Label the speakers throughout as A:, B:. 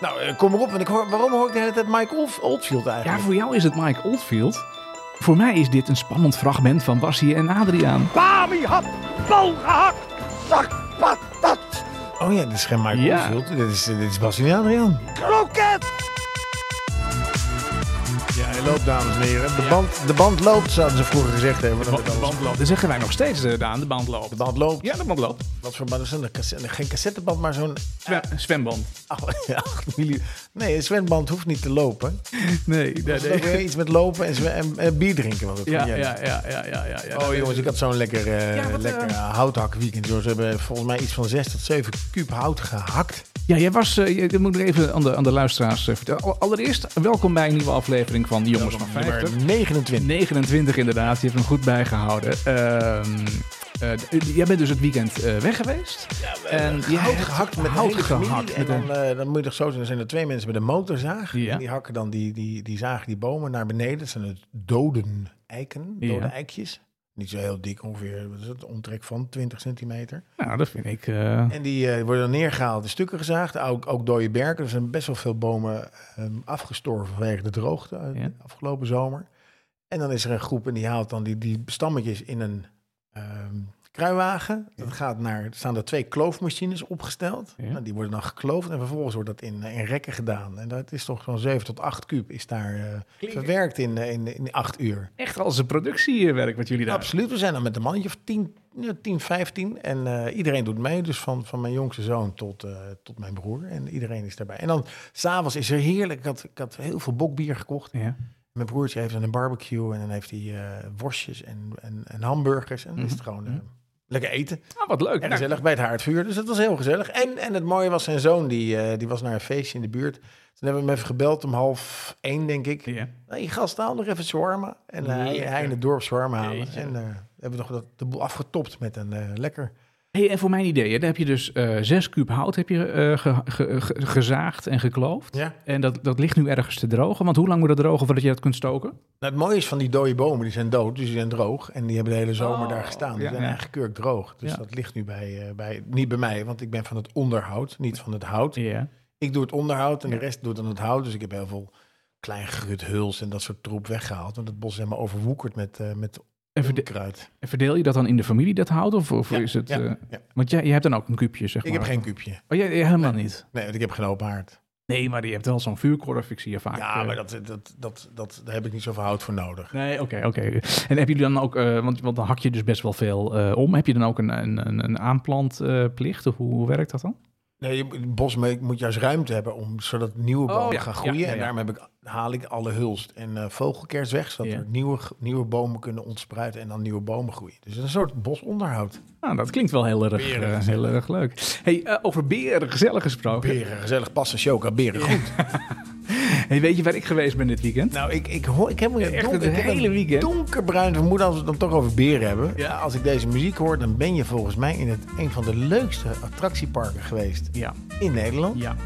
A: Nou, eh, kom maar op, want ik hoor, waarom hoor ik de hele tijd Mike Old- Oldfield
B: Ja,
A: eigenlijk?
B: voor jou is het Mike Oldfield. Voor mij is dit een spannend fragment van Bassie en Adriaan.
C: Bami had bal gehakt. Zak patat.
A: Oh ja, dit is geen Mike
B: Ja.
A: Oldfield, dit is, dit is Bas en Adriaan.
C: Kroket.
A: Ja, hij loopt, dames en heren. De, band, de band loopt, zouden ze vroeger gezegd hebben. De,
B: Dat zeggen wij nog steeds, eh, Daan, de band loopt.
A: De band loopt.
B: Ja, de band loopt.
A: Wat voor band is dat? Een cassette- Geen cassetteband, maar zo'n
B: Zwe- een zwemband.
A: 8, 8 milli. Nee, een zwemband hoeft niet te lopen.
B: Nee, nee,
A: Dat is ook weer iets met lopen en, zwe- en, en bier drinken. Was het
B: Ja,
A: van
B: ja,
A: Jelle.
B: ja, ja, ja, ja, ja.
A: Oh jongens, ik had zo'n lekker, eh,
B: Ja, wat,
A: lekker
B: eh,
A: eh, houthakweekend. Joh. Ze hebben volgens mij iets van 6 tot 7 kuub hout gehakt.
B: Ja, jij was, eh, je, dit moet ik even aan de, aan de luisteraars eh, vertellen. Al- Allereerst, welkom bij een nieuwe aflevering van Jongens van 50.
A: Nummer 29.
B: 29 inderdaad, je hebt hem goed bijgehouden. Ehm, eh, d- jij bent dus het weekend eh, weg geweest. Nou, en je
A: Hout
B: hebt
A: gehakt met
B: hout
A: hout hele familie.
B: gehakt
A: En
B: met
A: dan,
B: een-
A: eh, dan moet je toch zo zijn, dan zijn er twee mensen met een motorzaag.
B: Ja.
A: En die hakken dan, die, die, die zagen die bomen naar beneden. Dat zijn het doden eiken, dode
B: Ja.
A: eikjes. Niet zo heel dik, ongeveer wat is het, omtrek van 20 centimeter.
B: Nou, dat vind ik... eh,
A: En die eh, worden dan neergehaald, in stukken gezaagd. Ook, ook dode berken. Er zijn best wel veel bomen ehm, afgestorven vanwege de droogte eh,
B: Ja.
A: afgelopen zomer. En dan is er een groep en die haalt dan die, die stammetjes in een ehm kruiwagen. Dat gaat naar, er staan er twee kloofmachines opgesteld.
B: Ja.
A: Nou, die worden dan gekloofd en vervolgens wordt dat in, eh, in rekken gedaan. En dat is toch zo'n 7 tot 8 kuub is daar eh, verwerkt in, eh, in, in 8 uur.
B: echt als een productiewerk wat jullie daar...
A: Absoluut, we zijn dan met een mannetje of 10, ja, 10 15. En eh, iedereen doet mee, dus van, van mijn jongste zoon tot, eh, tot mijn broer. En iedereen is daarbij. En dan s'avonds is er heerlijk. Ik had, ik had heel veel bokbier gekocht.
B: Ja.
A: Mijn broertje heeft dan een barbecue en dan heeft hij eh, worstjes en, en, en hamburgers. En dan is het gewoon eh, lekker eten.
B: Ah, wat leuk.
A: En
B: Nou,
A: gezellig bij het haardvuur. Dus dat was heel gezellig. En, en het mooie was, zijn zoon die, eh, die was naar een feestje in de buurt. Toen hebben we hem even gebeld om half één, denk ik.
B: ja.
A: Nee, gast, haal nog even zwarmen. En eh, hij,
B: Lekker.
A: hij in het dorp zwarmen halen.
B: Jeetje.
A: En eh, hebben we nog dat, de boel afgetopt met een eh, lekker...
B: Hey, en voor mijn idee, hè, daar heb je dus eh zes kuub hout heb je, eh, ge- ge- ge- gezaagd en gekloofd.
A: Ja.
B: En dat, dat ligt nu ergens te drogen. Want hoe lang moet dat drogen voordat je dat kunt stoken?
A: Nou, het mooie is van die dode bomen, die zijn dood, dus die zijn droog. En die hebben de hele zomer daar gestaan. Die
B: Oh, ja,
A: zijn
B: ja.
A: eigenlijk kurkdroog. Dus
B: Ja.
A: dat ligt nu bij, eh, bij... Niet bij mij, want ik ben van het onderhoud, niet van het hout.
B: Ja.
A: Ik doe het onderhoud en de rest doet dan het hout. Dus ik heb heel veel klein gerut huls en dat soort troep weggehaald. Want het bos is helemaal overwoekerd met, eh met
B: En, verde-
A: kruid.
B: en verdeel je dat dan in de familie, dat hout? Of, of is het...
A: ja,
B: eh,
A: ja.
B: Want jij, jij hebt dan ook een kuubje, zeg
A: Ik
B: maar.
A: heb geen kuubje.
B: Oh, jij, jij helemaal niet?
A: Nee, want ik heb geen open haard.
B: Nee, maar je hebt wel zo'n vuurkorf, ik zie je vaak.
A: Ja,
B: eh,
A: maar dat, dat, dat, dat, daar heb ik niet zoveel hout voor nodig.
B: Nee, oké, oké. En hebben jullie dan ook, eh, want, want dan hak je dus best wel veel eh, om. Heb je dan ook een, een, een- een aanplantplicht? eh, of hoe, hoe werkt dat dan?
A: Nee, je- het bos mee- moet juist ruimte hebben om, zodat nieuwe bomen
B: Oh, ja,
A: gaan
B: ja,
A: groeien.
B: ja, ja.
A: En daarom heb ik, haal ik alle hulst en eh, vogelkers weg, zodat
B: Ja.
A: er nieuwe, nieuwe bomen kunnen ontspruiten en dan nieuwe bomen groeien. Dus een soort bosonderhoud.
B: Nou, dat klinkt wel heel erg,
A: Beren,
B: eh, heel erg leuk. Hey, eh, over beren gezellig gesproken.
A: Beren, gezellig passen, choca, beren, goed.
B: Hey, weet je waar ik geweest ben dit weekend?
A: Nou, ik, ik hoor, ik heb me
B: Echt
A: donker-
B: het
A: ik heb
B: hele weekend.
A: donkerbruin vermoeden als we het dan toch over beren hebben. Nou,
B: Ja.
A: Als ik deze muziek hoor, dan ben je volgens mij in het, een van de leukste attractieparken geweest
B: Ja,
A: in Nederland.
B: ja,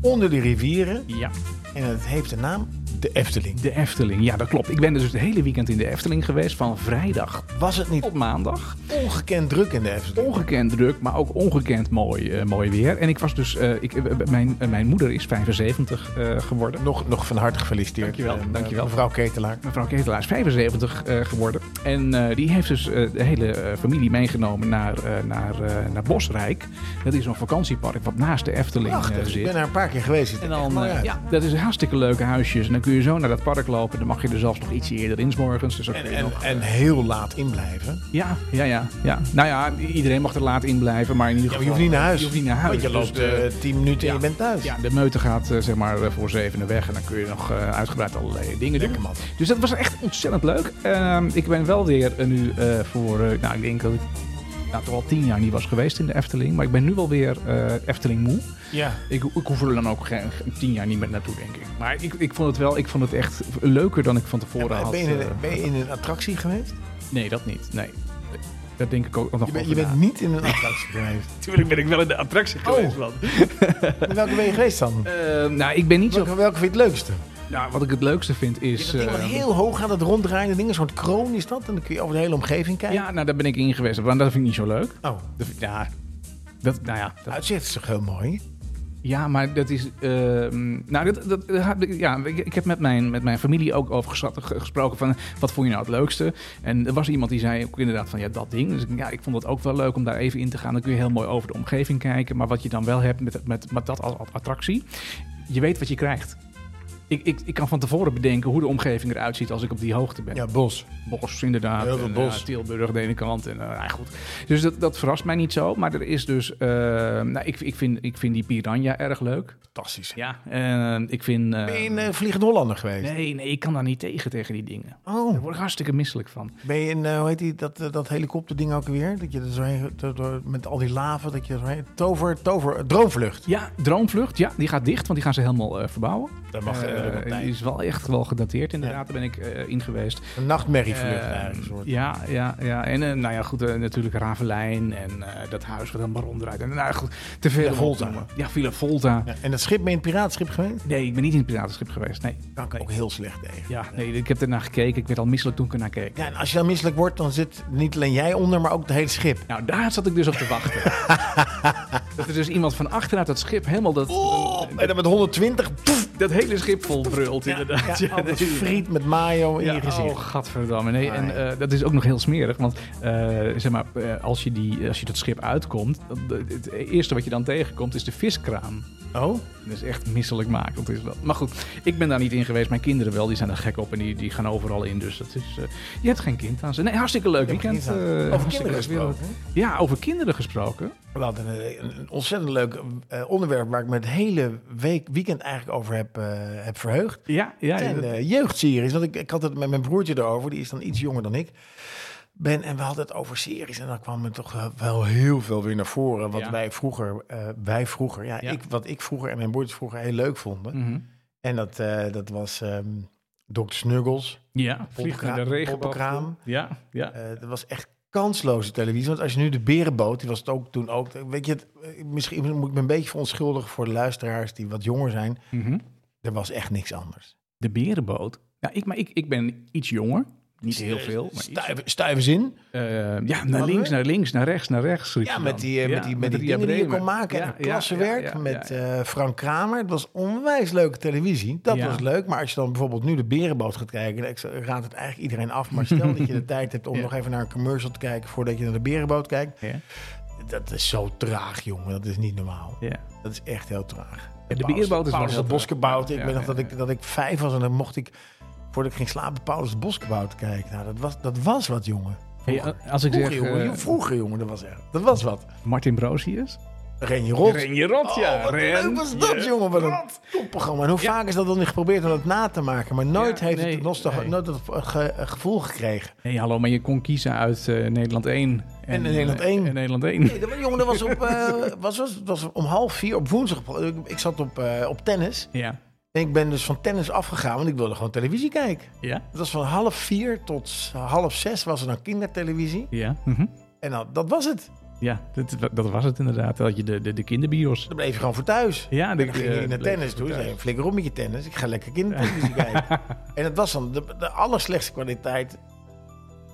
A: Onder de rivieren.
B: ja.
A: En het heeft de naam De Efteling.
B: De Efteling, ja dat klopt. Ik ben dus het hele weekend in de Efteling geweest, van vrijdag
A: Was het niet
B: tot maandag.
A: ongekend druk in de Efteling?
B: Ongekend druk, maar ook ongekend mooi, eh, mooi weer. En ik was dus, eh, ik, eh, mijn, eh, mijn moeder is 75 eh, geworden.
A: Nog, nog van harte gefeliciteerd.
B: Dankjewel,
A: eh,
B: dankjewel.
A: Mevrouw Ketelaar.
B: Mevrouw Ketelaar is 75 eh, geworden. En eh, die heeft dus eh, de hele eh, familie meegenomen naar, eh, naar, eh, naar Bosrijk. Dat is zo'n vakantiepark wat naast de Efteling eh,
A: Prachtig. Ik
B: zit.
A: ben er een paar keer geweest. Het
B: En
A: ziet er echt
B: dan,
A: mooi
B: eh,
A: uit.
B: ja, dat is een hartstikke leuke huisjes. En dan kun je zo naar dat park lopen. Dan mag je er zelfs nog ietsje eerder in 's morgens. Dus dan kun
A: En,
B: je
A: en,
B: nog,
A: en heel laat inblijven.
B: ja, ja, ja, ja. Nou ja, iedereen mag er laat in blijven. Maar in ieder
A: Ja, maar
B: geval...
A: je hoeft niet naar huis.
B: Je hoeft niet naar huis.
A: Want je loopt
B: Dus, eh,
A: eh, 10 minuten
B: ja.
A: en je bent thuis.
B: ja, de meute gaat eh, zeg maar eh, voor zevenen weg. En dan kun je nog eh, uitgebreid allerlei dingen doen.
A: Lekker man.
B: Dus dat was echt ontzettend leuk. Ehm, ik ben wel weer eh, nu eh, voor, eh, nou ik denk dat ik nou, toch al tien jaar niet was geweest in de Efteling. Maar ik ben nu wel weer eh, Efteling moe.
A: Ja.
B: Ik, ik hoef er dan ook geen, geen tien jaar niet meer naartoe, denk ik. Maar ik, ik vond het wel, ik vond het echt leuker dan ik van tevoren had.
A: Ben, je in,
B: eh,
A: ben je in een attractie geweest?
B: nee, dat niet. Nee. Dat denk ik ook nog
A: Je,
B: wel
A: bent- je bent niet in een attractie geweest.
B: Natuurlijk ben ik wel in de attractie
A: geweest,
B: man.
A: In welke ben je geweest dan?
B: Oh. nou, ik ben niet zo...
A: Welke, welke vind je het leukste?
B: Nou, wat ik het leukste vind is...
A: Dat ding wat
B: eh,
A: heel hoog gaat het ronddraaien. Dat ding, een soort kroon is dat. En dan kun je over de hele omgeving kijken.
B: ja, nou, daar ben ik in geweest. Want dat vind ik niet zo leuk.
A: Oh,
B: Dat vind- ja, dat, nou ja, dat-
A: uitzicht is toch heel mooi?
B: Ja, maar dat is. ehm, nou, dat, dat, ja, ik, ik heb met mijn, met mijn familie ook over gesa- ge- gesproken van wat vond je nou het leukste? En er was iemand die zei ook inderdaad van ja, dat ding. Dus ik- ja, ik vond het ook wel leuk om daar even in te gaan. Dan kun je heel mooi over de omgeving kijken. Maar wat je dan wel hebt met, met, met dat als attractie, je weet wat je krijgt. Ik, ik, ik kan van tevoren bedenken hoe de omgeving eruit ziet als ik op die hoogte ben.
A: Ja, bos.
B: Bos, inderdaad.
A: Heel veel
B: En,
A: bos.
B: ja, Tilburg aan de ene kant. En, eh, nou ja, goed. Dus dat, dat verrast mij niet zo. Maar er is dus... eh, nou, ik, ik, vind, ik vind die piranha erg leuk.
A: Fantastisch.
B: Ja. En ik vind... eh,
A: Ben je een eh, Vliegende Hollander geweest?
B: nee, nee, ik kan daar niet tegen, tegen die dingen. Daar
A: Oh,
B: word ik hartstikke misselijk van.
A: ben je in, eh, hoe heet die, dat, eh, dat helikopterding ook weer? Dat je er doorheen, door- door- met al die laven, dat je er doorheen... Tover, tover, eh, droomvlucht.
B: Ja, Droomvlucht. Ja, die gaat dicht, want die gaan ze helemaal eh, verbouwen.
A: Dat mag
B: Eh,
A: eh, dat mag
B: die
A: niet.
B: is wel echt wel gedateerd, inderdaad. Daar ben ik eh, in geweest.
A: Een nachtmerrievlucht
B: Eh,
A: eigenlijk. een soort.
B: Ja, ja, ja. En eh, nou ja, goed, eh, natuurlijk Ravelijn en eh, dat huis wat helemaal onderuit. En nou ja, goed, te veel.
A: Villa Volta.
B: opnoemen. Ja, Villa Volta.
A: Ja, En dat schip, ben je een piraatschip geweest?
B: Nee, ik ben niet in het piratenschip geweest. Nee.
A: Kan ik ook heel slecht tegen.
B: Ja, nee, ik heb ernaar gekeken. Ik werd al misselijk toen ik ernaar keek.
A: Ja, en als je dan misselijk wordt, dan zit niet alleen jij onder, maar ook het hele schip.
B: Nou, daar zat ik dus op te wachten. dat er dus iemand van achteruit dat schip helemaal dat, Oh,
A: en dan met 120, poef,
B: dat hele schip vol brult, inderdaad.
A: Oh, ja, al dat
B: oh, dat-
A: friet met mayo in
B: Ja,
A: je gezicht.
B: Oh, gadverdamme. Nee, en
A: Nee.
B: eh, dat is ook nog heel smerig. Want eh, zeg maar, eh, als, je die, als je dat schip uitkomt, dan- de- het eerste wat je dan tegenkomt is de viskraam.
A: Oh?
B: Dat is echt misselijkmakend. Is dat. Maar goed, ik ben daar niet in geweest. Mijn kinderen wel, die zijn er gek op en die, die gaan overal in. Dus dat is, eh, je hebt geen kind aan ze. Nee, hartstikke leuk
A: heb
B: weekend.
A: geen kind aan.
B: eh,
A: Over
B: hartstikke
A: kinderen
B: leuk weer.
A: gesproken,
B: Ja, over kinderen gesproken.
A: We hadden een, een ontzettend leuk eh, onderwerp waar ik me het hele week, weekend eigenlijk over heb, eh, heb verheugd.
B: Ja, ja.
A: En
B: dat-
A: eh, jeugdseries. Want ik, ik had het met mijn broertje erover, die is dan iets jonger dan ik. Ben, en we hadden het over series. En dan kwam het toch eh, wel heel veel weer naar voren. Wat
B: Ja.
A: wij vroeger, eh, wij vroeger, ja,
B: Ja.
A: Ik, wat ik vroeger en mijn broertjes vroeger heel leuk vonden.
B: Mhm.
A: En dat, eh, dat was ehm Dr. Snuggles,
B: Ja, vliegen in de
A: Poppenkra-
B: regenboog.
A: Poppenkraam.
B: Ja, ja.
A: Eh, dat was echt kansloze televisie. Want als je nu de berenboot, die was het ook toen ook. Weet je, het, eh, misschien moet ik me een beetje verontschuldigen voor de luisteraars die wat jonger zijn.
B: Mhm.
A: Er was echt niks anders.
B: De berenboot. Nou, ik, maar ik, ik ben iets jonger. Niet heel veel. Maar iets.
A: Stuive, stuive zin.
B: Eh, ja, naar
A: Hadden
B: links,
A: we?
B: naar links, naar rechts, naar rechts. riep
A: Ja,
B: je
A: met
B: dan.
A: die, eh, met
B: Ja,
A: die, met die
B: Ria
A: dingen die je kon
B: Bremer.
A: maken.
B: Ja,
A: en het
B: ja,
A: klassenwerk
B: ja, ja,
A: met
B: ja.
A: eh, Frank Kramer. Het was onwijs leuke televisie. Dat
B: Ja.
A: was leuk. Maar als je dan bijvoorbeeld nu de berenboot gaat kijken. Ik raad het eigenlijk iedereen af. Maar stel dat je de tijd hebt om
B: Ja.
A: nog even naar een commercial te kijken... voordat je naar de berenboot kijkt.
B: Ja,
A: Dat is zo traag, jongen. Dat is niet normaal.
B: ja.
A: Dat is echt heel traag.
B: de
A: Paulus-
B: beerboot is wel
A: Paulus
B: heel
A: het
B: traag.
A: Boskebouwt. Ik
B: Ja,
A: weet nog
B: ja,
A: dat,
B: ja.
A: ik, dat ik vijf was en dan mocht ik, voordat ik ging slapen, Paulus het Boskebouwt kijken. Nou, dat was, dat was wat, jongen. Vroeger,
B: Hey, eh, als ik
A: vroeger,
B: zeg
A: jongen,
B: eh,
A: joh, vroeger, jongen, dat was echt. Dat was wat.
B: Martin Brozius.
A: Renje Rot.
B: je rot,
A: Oh, wat leuk was dat, jongen. Wat een topprogramma. En hoe vaak is dat dan niet geprobeerd om dat na te maken. Maar nooit
B: Ja,
A: heeft
B: nee,
A: het nostal-
B: nee.
A: nooit dat ge- eh, gevoel gekregen.
B: Nee, hallo, maar je kon kiezen uit eh, Nederland 1.
A: En Nederland
B: eh,
A: 1.
B: En Nederland 1.
A: Nee, dat, was- jongen, dat was, op, eh, was, was, was om half vier op woensdag. Ik, ik zat op, eh, op tennis.
B: Ja.
A: En ik ben dus van tennis afgegaan, want ik wilde gewoon televisie kijken.
B: Ja?
A: Het was van half vier tot half zes was er dan kindertelevisie.
B: Ja. mhm.
A: En dan, dat was het.
B: Ja, dat, dat was het inderdaad. Dat had je de, de, de kinderbios.
A: Dan bleef je gewoon voor thuis.
B: Ja,
A: En dan ging je
B: eh,
A: naar tennis toe. Zei, je, flikker op met je tennis. Ik ga lekker kindertelevisie kijken. En dat was dan de, de allerslechtste kwaliteit.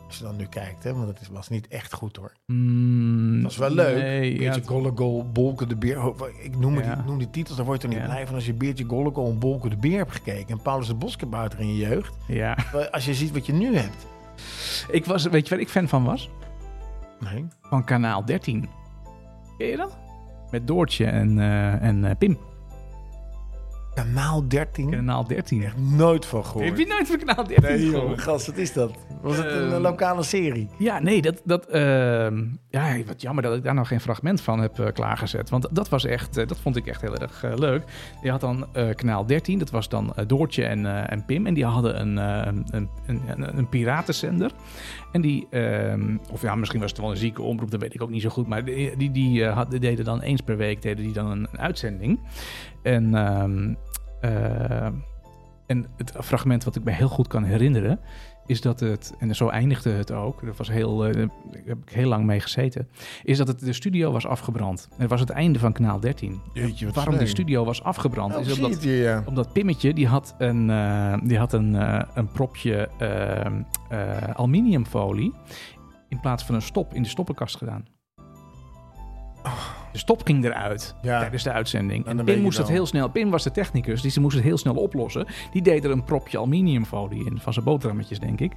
A: Als je dan nu kijkt, hè, want het is- was niet echt goed hoor.
B: Mm,
A: Dat was wel leuk.
B: Nee, ja,
A: Beertje
B: het-
A: Gollegol, Bolken de Beer. Ho- Ik noem, het
B: Ja.
A: die, noem die titels, daar word je er niet
B: Ja.
A: blij van als je Beertje Gollegol en Bolken de Beer hebt gekeken. En Paulus de Boskebouter in je jeugd.
B: ja.
A: Terwijl Als je ziet wat je nu hebt.
B: Ik was, weet je waar ik fan van was?
A: Nee.
B: van kanaal 13. Ken je dat? Met Doortje en, eh, en eh, Pim.
A: Kanaal 13.
B: Kanaal 13.
A: Echt nooit van gehoord.
B: Heb je nooit van kanaal 13
A: Nee, joh,
B: gehoord?
A: gast, wat is dat? Was het een
B: Ehm,
A: eh, lokale serie?
B: Ja, nee, dat, dat, ehm, ja, wat jammer dat ik daar nog geen fragment van heb eh, klaargezet. Want dat, was echt, eh, dat vond ik echt heel erg eh, leuk. Je had dan eh, kanaal 13, dat was dan eh, Doortje en, eh, en Pim. En die hadden een, eh, een, een, een, een piratenzender. En die, ehm, of ja, misschien was het wel een zieke omroep, dat weet ik ook niet zo goed. Maar die, die, die, eh, had- die deden dan eens per week deden die dan een, een uitzending. En, ehm, eh, en het fragment wat ik me heel goed kan herinneren is dat het, en zo eindigde het ook, dat was heel, eh, daar heb ik heel lang mee gezeten, is dat het, de studio was afgebrand. En het was het einde van kanaal 13.
A: Jeetje, wat
B: Waarom
A: sneu.
B: die studio was
A: Oh,
B: afgebrand, is omdat,
A: je, ja.
B: omdat Pimmetje, die had een, eh, die had een, eh, een propje eh, eh, aluminiumfolie in plaats van een stop in de stoppenkast gedaan. De stop ging eruit
A: Ja.
B: tijdens de uitzending.
A: dan
B: en
A: weet
B: Pim
A: je
B: moest dat
A: wel.
B: heel snel. Pim was de technicus, dus die moest het heel snel oplossen. Die deed er een propje aluminiumfolie in van zijn boterhammetjes, denk ik.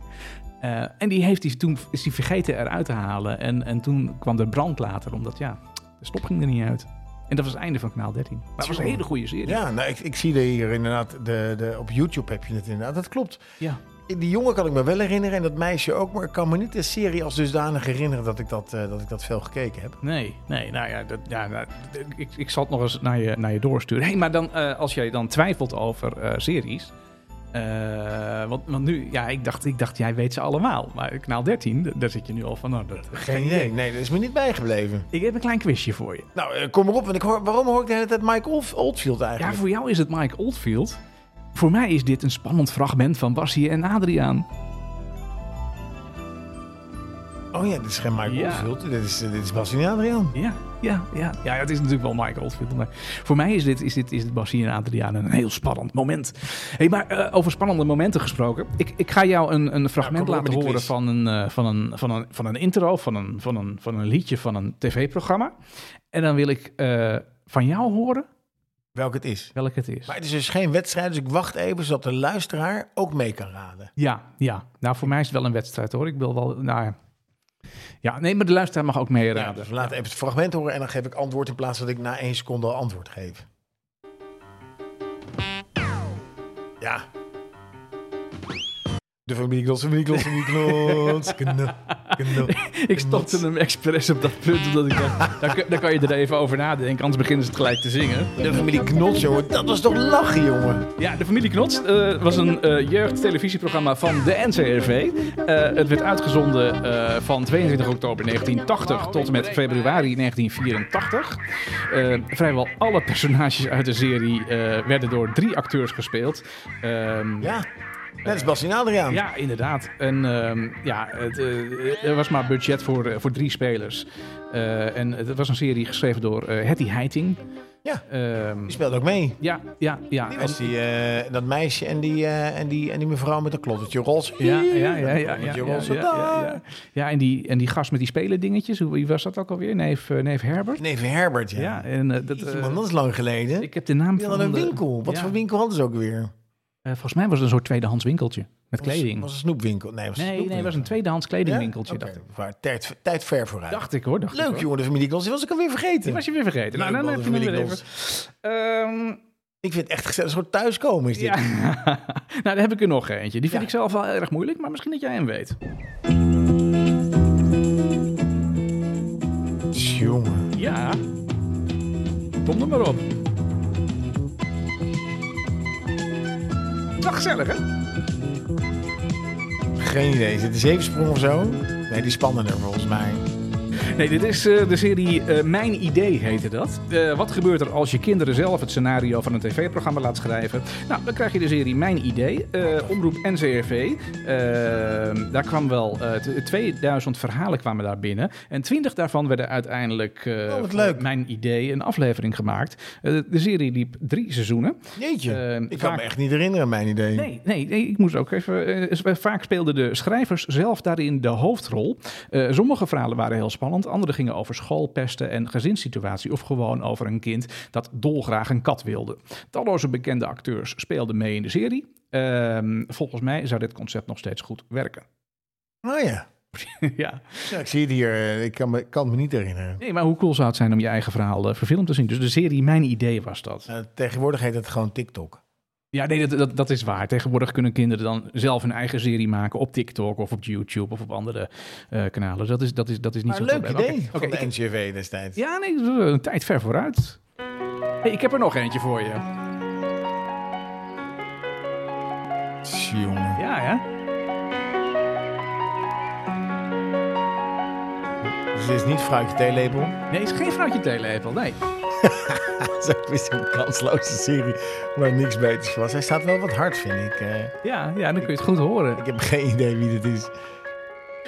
B: Eh, en die heeft hij toen is die vergeten eruit te halen. En, en toen kwam de brand later, omdat ja, de stop ging er niet uit. En dat was het einde van kanaal 13. Maar het was een hele goede serie.
A: Ja, nou, ik, ik zie er hier inderdaad, de, de, op YouTube heb je het inderdaad, dat klopt.
B: ja.
A: Die jongen kan ik me wel herinneren en dat meisje ook, maar ik kan me niet de serie als dusdanig herinneren dat ik dat, eh, dat, ik dat veel gekeken heb.
B: Nee, nee, nou ja, dat, ja nou, d- ik, ik zal het nog eens naar je, naar je doorsturen. hey, maar dan, eh, als jij dan twijfelt over eh, series. eh, want, want nu, ja, ik dacht, ik dacht, jij weet ze allemaal. Maar kanaal 13, d- daar zit je nu al van. Nou, dat,
A: Geen idee. Nee, dat is me niet bijgebleven.
B: Ik heb een klein quizje voor je.
A: Nou, eh, kom maar op, want ik hoor, waarom hoor ik de hele tijd Mike Old- Oldfield
B: Ja,
A: eigenlijk?
B: voor jou is het Mike Oldfield. Voor mij is dit een spannend fragment van Bassie en Adriaan.
A: Oh ja, dit is geen Mike
B: Ja.
A: Oldfield, dit is, eh, dit is Bas en Adriaan.
B: Ja, ja, ja. Ja, het is natuurlijk wel Mike Oldfield. Maar voor mij is dit, is dit, is dit Basie en Adriaan een heel spannend moment. hey, maar eh, over spannende momenten gesproken. Ik, ik ga jou een, een fragment
A: kom maar met die
B: laten horen
A: quiz.
B: van een, eh, van, een, van, een, van een intro, van een, van, een, van een liedje, van een tv-programma. En dan wil ik eh, van jou horen
A: Welk het is.
B: welk het is.
A: Maar het is dus geen wedstrijd, dus ik wacht even zodat de luisteraar ook mee kan raden.
B: Ja, ja. Nou, voor mij is het wel een wedstrijd hoor. Ik wil wel, nou ja. Ja, nee, maar de luisteraar mag ook
A: Ja,
B: meeraden.
A: dus we laten even het fragment horen en dan geef ik antwoord in plaats dat ik na één seconde al antwoord geef. Ja. De familie Klots, familie Klots, familie Klots. Knop, knop.
B: Ik stopte hem expres op dat punt, omdat ik dacht, daar, kun- daar kan je er even over nadenken, anders beginnen ze gelijk te zingen.
A: De familie Knots, jongen. Dat was toch lachen, jongen.
B: Ja, De Familie Knots eh, was een eh jeugdtelevisieprogramma van de NCRV. Eh, het werd uitgezonden eh, van 22 oktober 1980 tot en met februari 1984. Eh, vrijwel alle personages uit de serie eh, werden door drie acteurs gespeeld. Ehm,
A: Ja. Net als Bas en Adriaan.
B: ja, inderdaad. En ehm, ja, het, eh, er was maar budget voor, eh, voor drie spelers. Eh, en het was een serie geschreven door eh, Hattie Heiting.
A: Ja.
B: Ehm,
A: Die speelde ook mee.
B: ja, ja, ja.
A: Die
B: En-
A: was die, eh, dat meisje en die, eh, en, die, en die mevrouw met een klottertje roze.
B: ja, ja, ja, ja, ja, ja,
A: Met je
B: ja,
A: roze
B: ja,
A: daar.
B: ja. Ja, en die, en die gast met die spelendingetjes, hoe wie was dat ook alweer? Neef, eh, neef Herbert?
A: Nee, van Herbert, ja.
B: Ja, en eh, dat...
A: Jeetje,
B: eh,
A: man, dat is lang geleden.
B: ik heb de naam
A: Die
B: van...
A: hadden een
B: de-
A: winkel. Wat
B: ja.
A: voor winkel hadden ze ook weer?
B: Eh, volgens mij was het een soort tweedehands winkeltje. Met kleding.
A: Was een snoepwinkel? Nee, was
B: nee, nee,
A: snoepwinkel.
B: het was een tweedehands
A: Ja?
B: kledingwinkeltje.
A: Oké,
B: Dacht, ik.
A: waar- tijd, tijd ver vooruit.
B: dacht ik hoor. Dacht ik,
A: Leuk
B: hoor.
A: jongen, de familie Knols. Die was ik alweer vergeten.
B: Die was je weer vergeten. Nou,
A: Leuk,
B: dan
A: man,
B: heb je
A: de
B: hem weer
A: familie
B: even. Ehm,
A: Ik vind het echt gezellig. Een soort thuiskomen is dit.
B: ja. nou, dan heb ik er nog eentje. Die vind
A: Ja.
B: ik zelf wel erg moeilijk, maar misschien dat jij hem weet.
A: Jongen.
B: Ja. Kom er maar op. Wel gezellig, hè?
A: Geen idee. Is het een zeepsprong of zo? Nee, die spannender volgens mij.
B: Nee, dit is eh, de serie eh, Mijn Idee heette dat. Eh, wat gebeurt er als je kinderen zelf het scenario van een tv-programma laat schrijven? Nou, dan krijg je de serie Mijn Idee, eh, omroep NCRV. Eh, daar kwam wel eh, t- 2000 verhalen kwamen daar binnen. En 20 daarvan werden uiteindelijk eh,
A: Oh, wat
B: voor
A: leuk.
B: Mijn Idee een aflevering gemaakt. Eh, de serie liep drie seizoenen.
A: Jeetje.
B: Eh,
A: ik kan
B: vaak-
A: me echt niet herinneren, mijn idee.
B: Nee, nee, nee, ik moest ook even. eh, vaak speelden de schrijvers zelf daarin de hoofdrol. Eh, sommige verhalen waren heel spannend, andere gingen over schoolpesten en gezinssituatie. Of gewoon over een kind dat dolgraag een kat wilde. Talloze bekende acteurs speelden mee in de serie. Ehm, volgens mij zou dit concept nog steeds goed werken.
A: Oh ja.
B: ja.
A: Ja, ik zie het hier. eh, Ik kan me, kan me niet herinneren.
B: Nee, maar hoe cool zou het zijn om je eigen verhaal eh, verfilmd te zien? Dus de serie Mijn Idee was dat.
A: Eh, tegenwoordig heet het gewoon TikTok.
B: Ja, nee, dat, dat, dat is waar. Tegenwoordig kunnen kinderen dan zelf een eigen serie maken op TikTok of op YouTube of op andere eh, kanalen. Dat is, dat is, dat is niet
A: Maar
B: zo'n
A: leuk
B: probleem.
A: idee
B: Oké, oké,
A: van de
B: ik-
A: NCV destijds.
B: ja, nee, dat is een tijd ver vooruit. Hey, ik heb er nog eentje voor je.
A: Jongen.
B: Ja, ja.
A: Dus dit is niet fruitje theelepel.
B: Nee, het is geen vrouwtje theelepel, nee.
A: Het is een kansloze serie waar niks beters was. Hij staat wel wat hard, vind ik. Eh,
B: Ja, ja, dan kun je het goed horen.
A: ik heb geen idee wie dit is.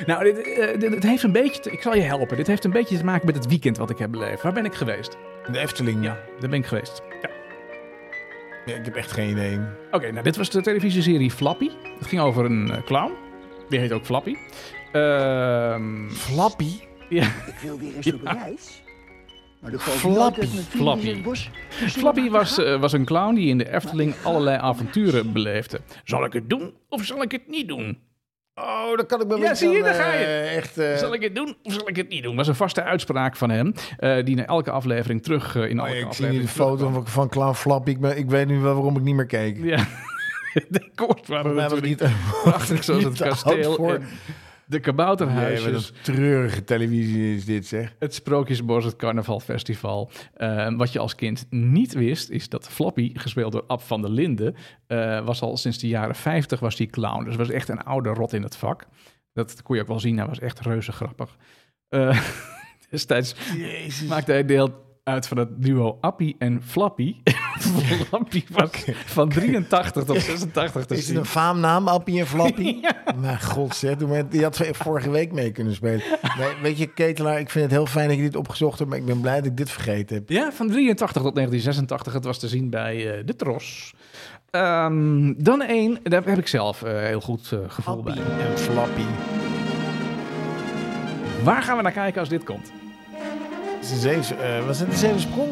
B: Nou, dit, eh, dit, dit heeft een beetje, te- ik zal je helpen, dit heeft een beetje te maken met het weekend wat ik heb beleefd. Waar ben ik geweest?
A: De Efteling.
B: Ja, daar ben ik geweest. Ja.
A: Ja, ik heb echt geen idee.
B: Oké, nou dit was de televisieserie Flappy. Het ging over een eh, clown. Die heet ook Flappy. Ehm
A: Flappy?
B: ja.
C: Ik wil weer eens op reis.
D: Maar de grote
A: Flappy,
D: noot heeft een
B: Flappy.
D: vriend in het bos. Dus die
B: Flappy
D: maakt
B: was,
D: een
B: eh, was een clown die in de Efteling allerlei avonturen beleefde. Zal ik het doen of zal ik het niet doen?
A: Oh, dan kan ik me
B: Ja,
A: wel
B: zie je,
A: aan,
B: daar ga je.
A: eh, Echt, eh,
B: Zal ik het doen of zal ik het niet doen? was een vaste uitspraak van hem, eh, die in elke aflevering terug eh, in
A: oh,
B: elke
A: ik zie nu
B: aflevering
A: de foto van, van Clown Flap. Ik, ben, ik weet nu wel waarom ik niet meer keek.
B: terug- Ja. De koord waren
A: Volgens mij was
B: natuurlijk
A: niet
B: prachtig, zoals het
A: niet te oud
B: kasteel
A: voor.
B: en de
A: Nee, wat
B: kabouterhuisjes.
A: een treurige televisie is dit, zeg.
B: Het Sprookjesbos, het carnavalfestival. Eh, wat je als kind niet wist, is dat Flappy, gespeeld door Ab van der Linden, eh, was al sinds de jaren 50 was die clown. Dus was echt een oude rot in het vak. Dat kon je ook wel zien, hij was echt reuze grappig. Eh, destijds maakte hij deel uit van het duo Appie en Flappy. Flappy was van 83 tot 86 te
A: Is het
B: zien.
A: een faamnaam, Appie en Flappie?
B: Ja.
A: Maar god zeg, doe maar- die had vorige week mee kunnen spelen. Nee, weet je, Ketelaar, ik vind het heel fijn dat je dit opgezocht hebt, maar ik ben blij dat ik dit vergeten heb.
B: Ja, van 83 tot 1986. Het was te zien bij eh, de Tros. Ehm, dan één, daar heb ik zelf eh, heel goed eh, gevoel
A: Appie
B: bij.
A: en Flappie.
B: Waar gaan we naar kijken als dit komt?
A: Het is een zeven- eh, was het een zevensprong?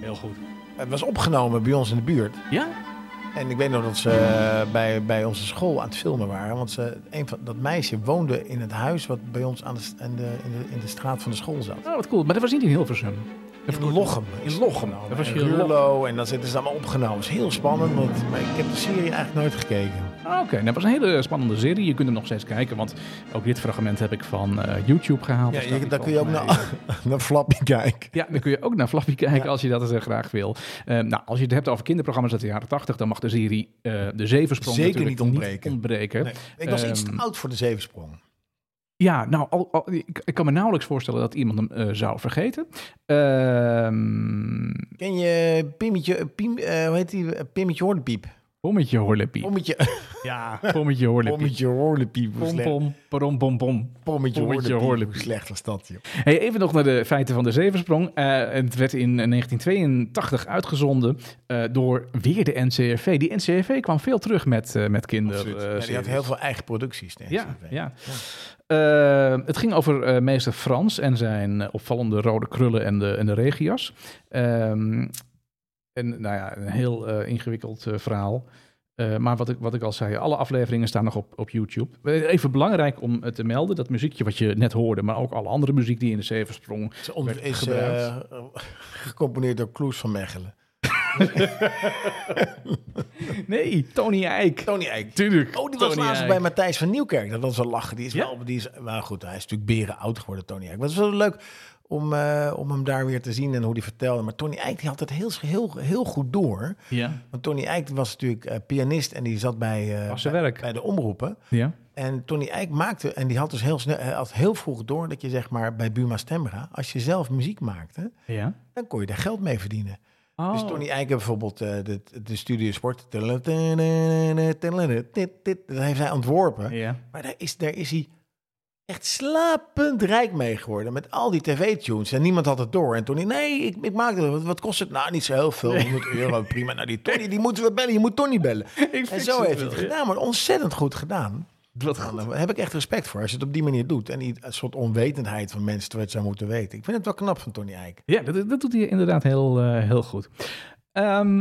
B: Heel goed.
A: Het was opgenomen bij ons in de buurt.
B: Ja?
A: En ik weet nog dat ze eh, bij, bij onze school aan het filmen waren. Want ze, een van, dat meisje woonde in het huis wat bij ons aan de, st- aan de- in, de, in de straat van de school zat.
B: Oh, wat cool. Maar dat was niet in Hilversum.
A: In Lochem. In Lochem. nou.
B: Dat was
A: En
B: hier in Lochem.
A: Ruurlo, En dan zitten ze allemaal opgenomen. Dat is heel spannend, want maar ik heb de serie eigenlijk nooit gekeken.
B: Ah, Oké, nou, dat was een hele spannende serie. Je kunt hem nog steeds kijken, want ook dit fragment heb ik van eh, YouTube gehaald.
A: Ja,
B: Dus
A: je-
B: dat
A: daar kun je ook
B: volgens mij-
A: naar, naar Flappy kijken.
B: Ja, dan kun je ook naar Flappy kijken als je dat eh, graag wil. Eh, nou, als je het hebt over kinderprogramma's uit de jaren 80, dan mag de serie eh, De Zevensprong
A: Zeker
B: natuurlijk
A: niet ontbreken.
B: ontbreken.
A: Nee, ik was iets te
B: Ehm,
A: oud voor de zevensprong.
B: Ja, nou, al, al- ik, ik kan me nauwelijks voorstellen dat iemand hem eh, zou vergeten. Ehm
A: Ken je Pimmetje, Pim, eh, hoe heet die? Eh, Pimmetje Hoornpiep.
B: pommetje hoorlepie.
A: Pommetje,
B: Ja, pommetje hoorlepie.
A: Pommetje Hoornpiep. hoe
B: Pom,
A: slecht-
B: pom, parom, pom, pom.
A: Pommetje
B: Pommetje
A: Hoornpiep.
B: Hoornpiep.
A: Hoe slecht was dat, joh.
B: Hey, even nog naar de feiten van de Zevensprong. Eh, het werd in 1982 uitgezonden eh, door weer de NCRV. Die NCRV kwam veel terug met, eh met kinderen.
A: Absoluut. Ja, die had heel veel eigen producties. nee,
B: Ja,
A: zeker.
B: ja. Eh, het ging over eh, meester Frans en zijn eh, opvallende rode krullen en de, en de regias. Ehm, en nou ja, een heel eh, ingewikkeld eh, verhaal. Eh, maar wat ik, wat ik al zei, alle afleveringen staan nog op, op YouTube. Eh, Even belangrijk om eh, te melden, dat muziekje wat je net hoorde, maar ook alle andere muziek die in de zeven sprong.
A: Ze ont-
B: werd
A: is eh,
B: gebruikt.
A: gecomponeerd door Kloes van Mechelen.
B: Nee, Tony Eijk.
A: Tony Eijk.
B: Tuurlijk.
A: Oh, die was
B: Tony
A: laatst
B: Eijk.
A: bij Matthijs van Nieuwkerk. Dat was wel lachen. Die is
B: Ja?
A: wel, die is, maar goed, hij is natuurlijk beren oud geworden, Tony Eijk. Maar het was wel leuk om, eh, om hem daar weer te zien en hoe hij vertelde. Maar Tony Eijk die had het heel, heel, heel goed door.
B: Ja.
A: Want Tony Eijk was natuurlijk eh, pianist en die zat bij, eh,
B: Was zijn
A: bij,
B: werk.
A: bij de omroepen.
B: ja.
A: En Tony Eijk maakte, en die had dus heel snel, hij had heel vroeg door dat je zeg maar bij Buma Stemra, als je zelf muziek maakte,
B: Ja.
A: dan kon je daar geld mee verdienen.
B: Oh.
A: Dus Tony Eijk heeft bijvoorbeeld eh, de, de Studio Sport. Dat heeft hij ontworpen.
B: Ja.
A: Maar daar is, daar is hij echt slapend rijk mee geworden. Met al die tv-tunes. En niemand had het door. En Tony, nee, ik, ik maak het. Wat, wat kost het? Nou, niet zo heel veel. 100 euro, prima. Nou, die Tony, die moeten we bellen. Je moet Tony bellen. en
B: fix
A: zo
B: het
A: heeft hij
B: wel,
A: het
B: ja.
A: gedaan. Maar ontzettend goed gedaan.
B: Wat
A: En
B: goed.
A: Daar heb ik echt respect voor. Als je het op die manier doet. En die- een soort onwetendheid van mensen terwijl het zou moeten weten. Ik vind het wel knap van Tony Eijk.
B: Ja, dat, dat doet hij inderdaad heel, eh, heel goed. Ehm,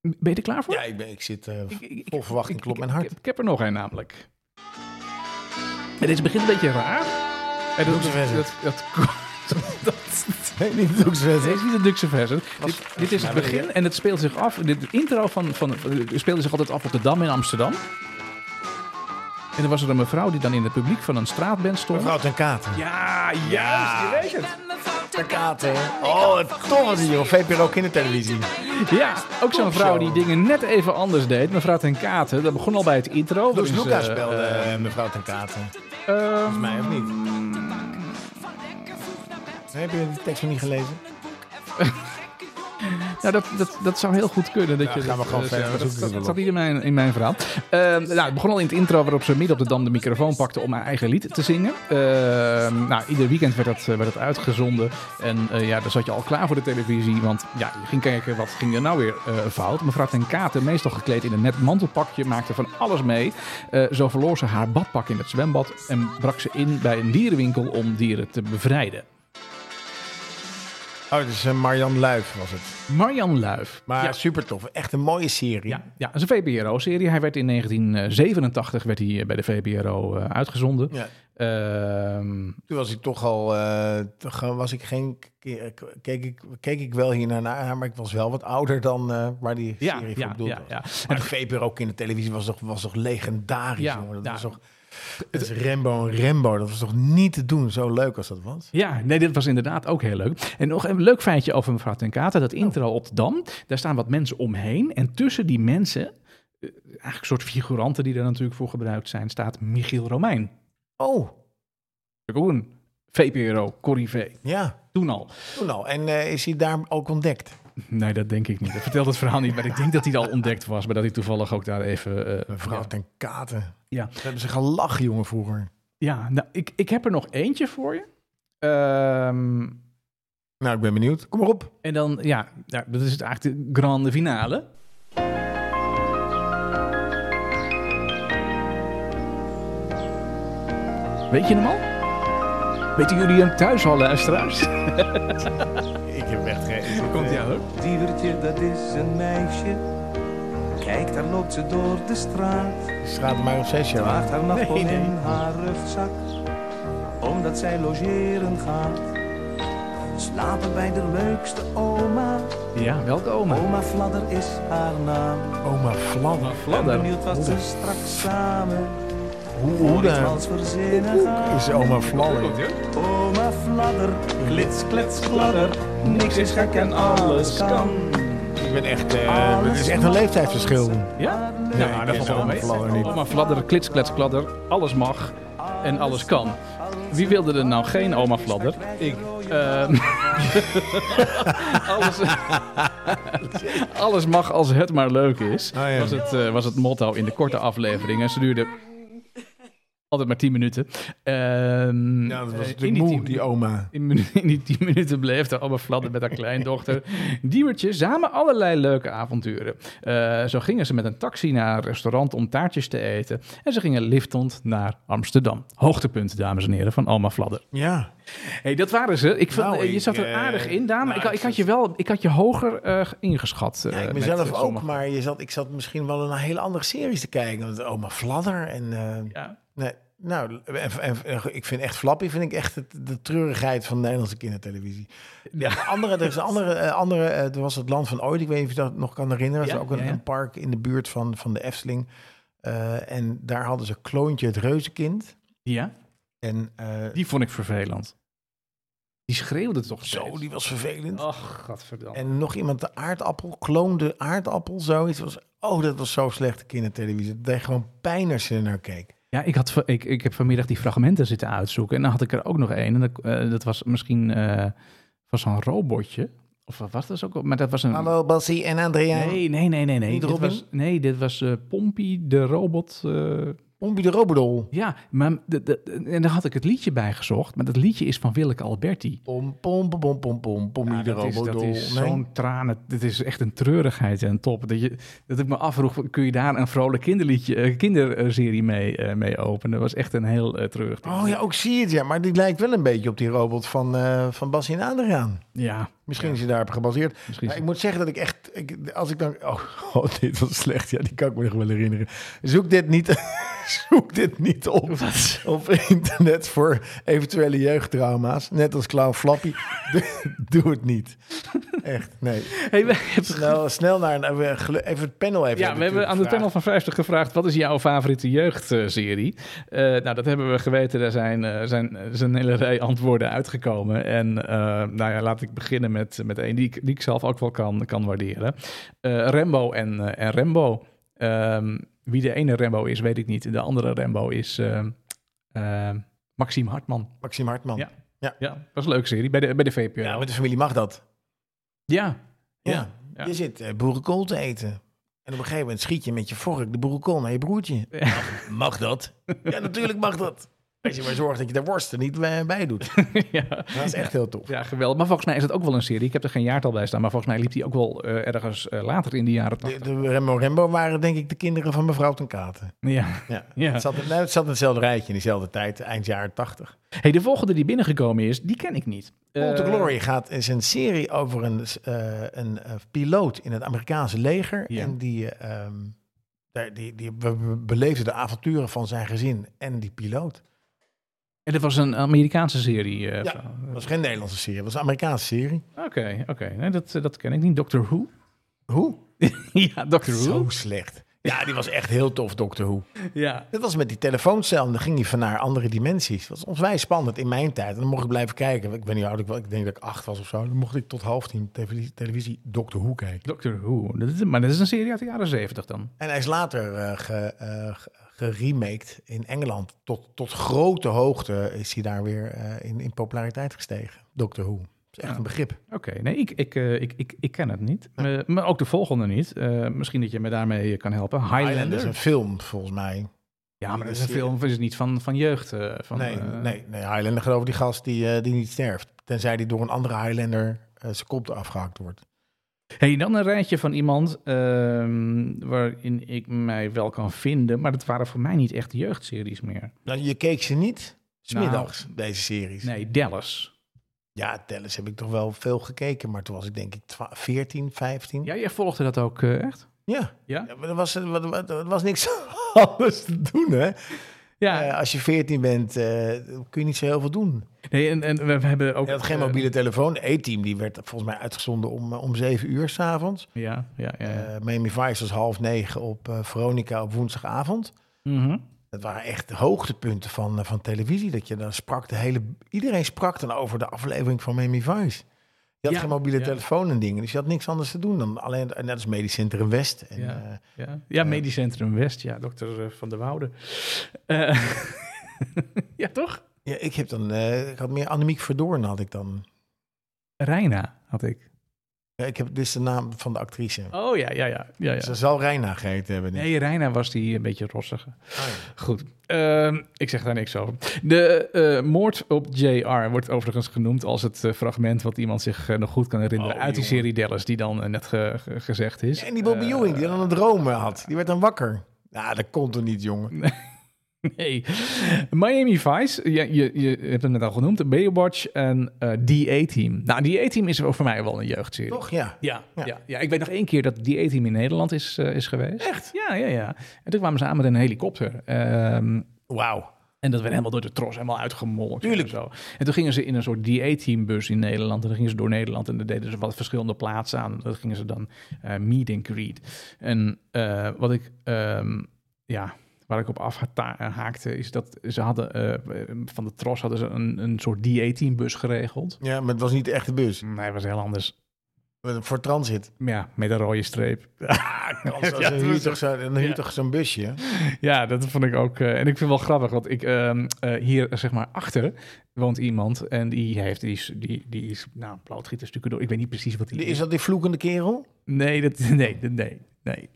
B: ben je er klaar voor?
A: Ja, ik, ben, ik zit eh,
B: Ik- ik- ik-
A: vol verwachting.
B: ik-
A: Klopt
B: ik-
A: mijn hart.
B: Ik, ik heb er nog een namelijk. En deze begint een beetje raar. En dat,
A: Doekse verse.
B: dat, dat, dat, dat-
A: Nee, niet Doekse verse.
B: dit is niet de Duitse versie.
A: Was-
B: Dit, dit is het
A: Ja, maar-
B: begin en het speelt zich af. Dit de intro van, van, van- speelde zich altijd af op de Dam in Amsterdam. En dan was er een mevrouw die dan in het publiek van een straatband stond.
A: Mevrouw ten Katen.
B: Ja, juist, je weet het.
A: Ten Katen. Oh, het tof was hier op VPRO Kindertelevisie.
B: Ja, ook zo'n vrouw
A: zo.
B: die dingen net even anders deed. Mevrouw ten Katen, dat begon al bij het intro.
A: Loes
B: waarin ze,
A: Lucas speelde
B: eh,
A: eh, mevrouw ten Katen.
B: ehm,
A: Volgens mij of niet? Heb je die tekst nog niet gelezen?
B: nou, dat, dat, dat zou heel goed kunnen. Dat je
A: gaan we
B: dat,
A: gewoon
B: eh,
A: verder, we
B: dat-
A: zoeken
B: Dat,
A: het wel
B: zat niet in mijn, in mijn verhaal. Ehm, nou, het begon al in het intro waarop ze midden op de dam de microfoon pakte om haar eigen lied te zingen. Ehm, nou, ieder weekend werd dat, eh, werd dat uitgezonden. En eh, ja, dan zat je al klaar voor de televisie. Want ja, je ging kijken wat ging er nou weer eh, fout. Mevrouw ten Katen, meestal gekleed in een net mantelpakje, maakte van alles mee. Eh, zo verloor ze haar badpak in het zwembad en brak ze in bij een dierenwinkel om dieren te bevrijden.
A: Oh, het is eh, Marjan Luif was het.
B: Marjan Luif.
A: Maar
B: ja,
A: super tof. Echt een mooie serie.
B: ja, ja, dat is een VBRO-serie. Hij werd in 1987 werd hij eh, bij de VBRO eh, uitgezonden.
A: Ja.
B: Ehm,
A: Toen was ik toch al, eh, toch, eh, was ik geen, eh, keek ik, keek ik wel hier naar, naar, maar ik was wel wat ouder dan eh, waar die
B: ja,
A: serie voor
B: ja,
A: bedoeld
B: ja,
A: was.
B: ja.
A: Maar de VPRO kindertelevisie was toch, was toch legendarisch,
B: Ja,
A: jongen. Dat
B: ja.
A: was toch, dat is Rembo en Rembo, dat was toch niet te doen, zo leuk als dat was.
B: Ja, nee, dit was inderdaad ook heel leuk. En nog een leuk feitje over mevrouw Ten Kate. Dat
A: Oh.
B: intro op het Dam, daar staan wat mensen omheen. En tussen die mensen, eh, eigenlijk een soort figuranten die daar natuurlijk voor gebruikt zijn, staat Michiel Romein.
A: Oh,
B: Ook een VPRO, Corrivé,
A: ja,
B: toen al.
A: toen al. En eh, is hij daar ook ontdekt?
B: Nee, dat denk ik niet. Dat vertelt het verhaal niet, maar ik denk dat hij al ontdekt was. Maar dat hij toevallig ook daar even... eh,
A: Mevrouw
B: ja.
A: ten Katen.
B: Ja.
A: Ze hebben ze gelachen, jongen, vroeger.
B: Ja, nou, ik, ik heb er nog eentje voor je. Ehm,
A: Nou, ik ben benieuwd. Kom maar op.
B: en dan, ja, ja, dat is het eigenlijk de grande finale. Weet je hem al? Weten jullie hem thuis al, luisteraars?
A: Ik heb echt geen...
B: Komt hij hoor.
D: Diewertje, dat is een meisje. Kijk, daar loopt ze door de straat.
A: Straat maar op zes jaar.
D: Draagt haar nachtpot
A: Nee, nee.
D: in haar rugzak. Omdat zij logeren gaat. Slapen bij de leukste oma.
B: Ja, welkom.
D: Oma Fladder is haar naam.
A: Oma Vladder.
D: Ben
B: Fladder.
D: benieuwd wat ze straks samen
A: Hoe, hoe
D: voor iets
A: de-
D: mals verzinnen gaan.
A: is oma Vladder?
D: Oma Fladder, klits, klits, gladder. Niks is gek en alles kan.
A: Ik ben echt, eh het is echt een leeftijdsverschil.
B: Ja?
A: Nee,
B: nou,
A: ik
B: dat
A: ken
B: valt wel
A: zo'n
B: mee.
A: fladder niet.
B: Oma Fladder, klits, klets, kladder. Alles mag en alles kan. Wie wilde er nou geen oma Fladder? Ik. alles, alles mag als het maar leuk is.
A: Ah, ja.
B: was, het, eh, was het motto in de korte afleveringen. Ze duurde altijd maar 10 minuten. Ehm,
A: Ja, dat
B: eh,
A: was
B: in
A: natuurlijk
B: die
A: moe,
B: 10
A: die oma.
B: in, minu- in die tien minuten bleef de oma fladder met haar kleindochter. Diewertje samen allerlei leuke avonturen. Eh, zo gingen ze met een taxi naar een restaurant om taartjes te eten. En ze gingen liftend naar Amsterdam. Hoogtepunt, dames en heren, van Alma Fladder.
A: Ja.
B: hey, dat waren ze. Ik vond,
A: Nou,
B: eh, je
A: ik,
B: zat er
A: eh,
B: aardig in, Daan. maar
A: nou,
B: ik, had-
A: ik
B: ik, had je
A: zat-
B: wel, ik had je hoger eh, ingeschat. eh,
A: Ja, ik
B: met,
A: mezelf
B: eh,
A: ook,
B: sommige-
A: maar je zat, ik zat misschien wel een hele andere series te kijken. Want oma Fladder en... eh,
B: Ja.
A: nee, nou, en, en- en- ik vind echt Flappy, vind ik echt het, de treurigheid van de Nederlandse kindertelevisie.
B: Ja.
A: De Andere, er is een andere, eh, andere eh, er was het Land van Ooit, ik weet niet of je dat nog kan herinneren. Dat
B: Ja,
A: is ook een,
B: ja, ja.
A: een park in de buurt van, van de Efteling. Eh, en daar hadden ze Kloontje het Reuzenkind.
B: ja,
A: En eh,
B: die vond ik vervelend. Die schreeuwde toch
A: zo,
B: steeds.
A: die was vervelend.
B: Ach, godverdamme.
A: En nog iemand de aardappel, kloonde aardappel, zoiets. Was, oh, dat was zo slechte kindertelevisie. Dat deed gewoon pijn als je er naar keek.
B: Ja, ik, had, va- ik, ik heb vanmiddag die fragmenten zitten uitzoeken. En dan had ik er ook nog één. En dat, eh, dat was misschien eh was een robotje. Of wat was dat ook? al? Maar dat was een...
A: Hallo Bassie en Andrea.
B: Mm. Nee, nee, nee, nee. nee.
A: Niet
B: Dit
A: Robin?
B: was, nee, dit was eh Pompey de robot. eh,
A: Pompie de Robodol.
B: ja, maar de, de- en daar had ik het liedje bij gezocht. Maar dat liedje is van Willeke Alberti.
A: Pom, pom, pom, pom, pom, pom, Pompie
B: Ja,
A: de
B: dat, is, dat
A: Robodol.
B: is
A: Nee.
B: zo'n tranen. Dit is echt een treurigheid en top. Dat, je, dat ik me afvroeg, kun je daar een vrolijk kinderliedje, eh, kinderserie mee, eh, mee openen? Dat was echt een heel eh, treurig ding.
A: Oh ja, ook zie je het, ja. Maar die lijkt wel een beetje op die robot van, eh van Bassie en Adriaan.
B: Ja,
A: Misschien is hij daarop gebaseerd.
B: misschien...
A: Ja, ik moet zeggen dat ik echt, ik, als ik dan, oh, oh, dit was slecht. Ja, die kan ik me nog wel herinneren. Zoek dit niet, zoek dit niet op.
B: Wat?
A: op internet voor eventuele jeugdtrauma's. Net als Clown Flappy. Doe- Doe het niet. Echt, nee.
B: Hey, we hebben,
A: Snel, snel naar een, we gelu- even het panel even.
B: ja, we hebben aan de panel van 50 gevraagd: wat is jouw favoriete jeugdserie? Eh, nou, dat hebben we geweten. Daar zijn, eh, zijn, er is een hele rij antwoorden uitgekomen. En eh, nou ja, laat ik beginnen met, met een die ik, die ik zelf ook wel kan, kan waarderen: Eh Rembo en, eh, en Rembo. Ehm, wie de ene Rembo is, weet ik niet. De andere Rembo is ehm, ehm, Maxime Hartman.
A: Maxime Hartman.
B: Ja.
A: Ja.
B: Ja, was een leuke serie bij de, bij de VPRO. Ja,
A: met de familie mag dat.
B: ja,
A: Ja.
B: ja.
A: Je zit eh, boerenkool te eten. En op een gegeven moment schiet je met je vork de boerenkool naar je broertje. Mag dat? Ja, natuurlijk mag dat. Als je maar zorgt dat je de worst er niet eh, bij bij doet.
B: ja.
A: Dat is echt heel tof.
B: ja, geweldig. Maar volgens mij is dat ook wel een serie. Ik heb er geen jaartal bij staan, maar volgens mij liep die ook wel eh, ergens eh, later in de jaren
A: De,
B: 80.
A: de Rembo Rembo waren denk ik de kinderen van mevrouw ten Katen.
B: Ja.
A: Ja.
B: Ja.
A: Het, zat, nou, het zat in hetzelfde rijtje in dezelfde tijd, eind jaren tachtig.
B: Hey, de volgende die binnengekomen is, die ken ik niet.
A: Paul to
B: Eh,
A: Glory gaat, is een serie over een, eh, een eh, piloot in het Amerikaanse leger.
B: Ja.
A: En die, eh, ehm, daar- die, die be- be- beleefde de avonturen van zijn gezin en die piloot.
B: En dat was een Amerikaanse serie. eh,
A: Ja.
B: van-
A: Dat was geen Nederlandse serie, dat was een Amerikaanse serie.
B: Oké, oké. Nee, dat, eh, dat ken ik niet. Doctor Who?
A: Hoe?
B: ja, Doctor Who.
A: Zo slecht. Ja, die was echt heel tof, Doctor Who.
B: Ja.
A: Dat was met die telefooncel en dan ging hij van naar andere dimensies. Dat was onwijs spannend in mijn tijd. En dan mocht ik blijven kijken. Ik ben niet oud, ik, wel- ik denk dat ik acht was of zo. Dan mocht ik tot half tien televisie, televisie Doctor Who kijken.
B: Doctor Who. Dat is, maar dat is een serie uit de jaren zeventig dan.
A: En hij is later eh, ge, eh, ge- geremaked in Engeland. Tot, tot grote hoogte is hij daar weer eh, in, in populariteit gestegen. Doctor Who. Dat is echt
B: Ja.
A: een begrip.
B: Oké, nee, ik, ik, eh, ik, ik, ik ken het niet. Eh, maar ook de volgende niet. Eh, misschien dat je me daarmee eh, kan helpen. Highlander.
A: Island is een film, volgens mij.
B: Ja, maar dat is een
A: serie.
B: film, is het niet van, van jeugd? eh, van,
A: nee,
B: eh,
A: nee, nee, Highlander geloof ik, die gast die, eh, die niet sterft. Tenzij die door een andere Highlander eh, zijn kop eraf gehakt wordt.
B: Hey, dan een rijtje van iemand ehm, waarin ik mij wel kan vinden, maar dat waren voor mij niet echt jeugdseries meer.
A: Nou, je keek ze niet smiddags, deze series.
B: Nou, Nee, Dallas.
A: Ja, Dallas heb ik toch wel veel gekeken, maar toen was ik denk ik twa- 14, 15. Ja.
B: Ja, jij volgde dat ook eh, echt?
A: ja.
B: Ja?
A: maar er was, er, wa- wa- er was niks anders te doen, hè?
B: Ja.
A: Eh, als je 14 bent, eh, kun je niet zo heel veel doen.
B: nee, en, en we hebben ook... eh,
A: Je had geen mobiele telefoon. E-team die werd volgens mij uitgezonden om, eh, om 7 uur s'avonds.
B: eh, ja, ja, ja.
A: Eh Miami Vice was half negen op eh, Veronica op woensdagavond.
B: Mhm.
A: Dat waren echt de hoogtepunten van, eh, van televisie. Dat je dan sprak de hele. Iedereen sprak dan over de aflevering van Miami Vice. Je had
B: Ja,
A: geen mobiele
B: ja.
A: telefoon en dingen. Dus je had niks anders te doen dan alleen. Net als Medisch Centrum West. En,
B: Ja.
A: eh,
B: Ja, ja Medisch Centrum West, ja, dokter eh, Van der Woude. Eh, ja, toch?
A: ja, ik, heb dan, eh, ik had meer Annemiek Verdoorn had ik dan.
B: Reina had ik.
A: Ja, ik heb, dit is de naam van de actrice.
B: Oh ja, ja, ja. ja, ja.
A: Ze zal Reina geheten hebben. denk ik.
B: Nee, Reina was die een beetje rossige.
A: Oh, ja.
B: Goed, ehm, ik zeg daar niks over. De eh, moord op JR wordt overigens genoemd als het eh, fragment wat iemand zich eh, nog goed kan herinneren
A: Oh,
B: uit die
A: jongen.
B: serie Dallas, die dan eh, net ge- ge- gezegd is.
A: En die Bobby
B: Eh,
A: Ewing die dan een droom eh, had. Die werd dan wakker. Nou, dat kon toch niet, jongen.
B: Nee. Miami Vice, je, je, je hebt het net al genoemd, Baywatch en eh DA-team. Nou, DA-team is voor mij wel een jeugdserie.
A: Toch? Ja.
B: Ja, ja.
A: Ja.
B: Ja, ik weet nog één keer dat die A-team in Nederland is, eh, is geweest. Echt? Ja, ja, ja. En toen kwamen ze aan met een helikopter. Ehm,
A: Wauw.
B: en dat werd helemaal door de tros helemaal uitgemolken.
A: Tuurlijk.
B: En, zo. en toen gingen ze in een soort DA-teambus in Nederland. En dan gingen ze door Nederland en dan deden ze wat verschillende plaatsen aan. En dan gingen ze dan eh meet and greet. En eh, wat ik, ehm, ja, waar ik op afhaakte, is dat ze hadden, eh, van de tros hadden ze een, een soort DA-teambus geregeld.
A: Ja, maar het was niet de echte bus.
B: Nee, dat was heel anders.
A: Voor transit.
B: Ja, met een rode streep.
A: Anders
B: Ja,
A: dan
B: toen
A: huur je
B: was
A: toch zo- dan huur je
B: Ja.
A: toch zo'n busje.
B: Ja, dat vond ik ook. eh, en ik vind het wel grappig, want ik, ehm, eh, hier zeg maar achter woont iemand en die heeft, die is, die, die is nou, blootgieterstukken door. Ik weet niet precies wat die
A: Is dat die vloekende kerel?
B: Nee, dat, nee, dat- nee, nee,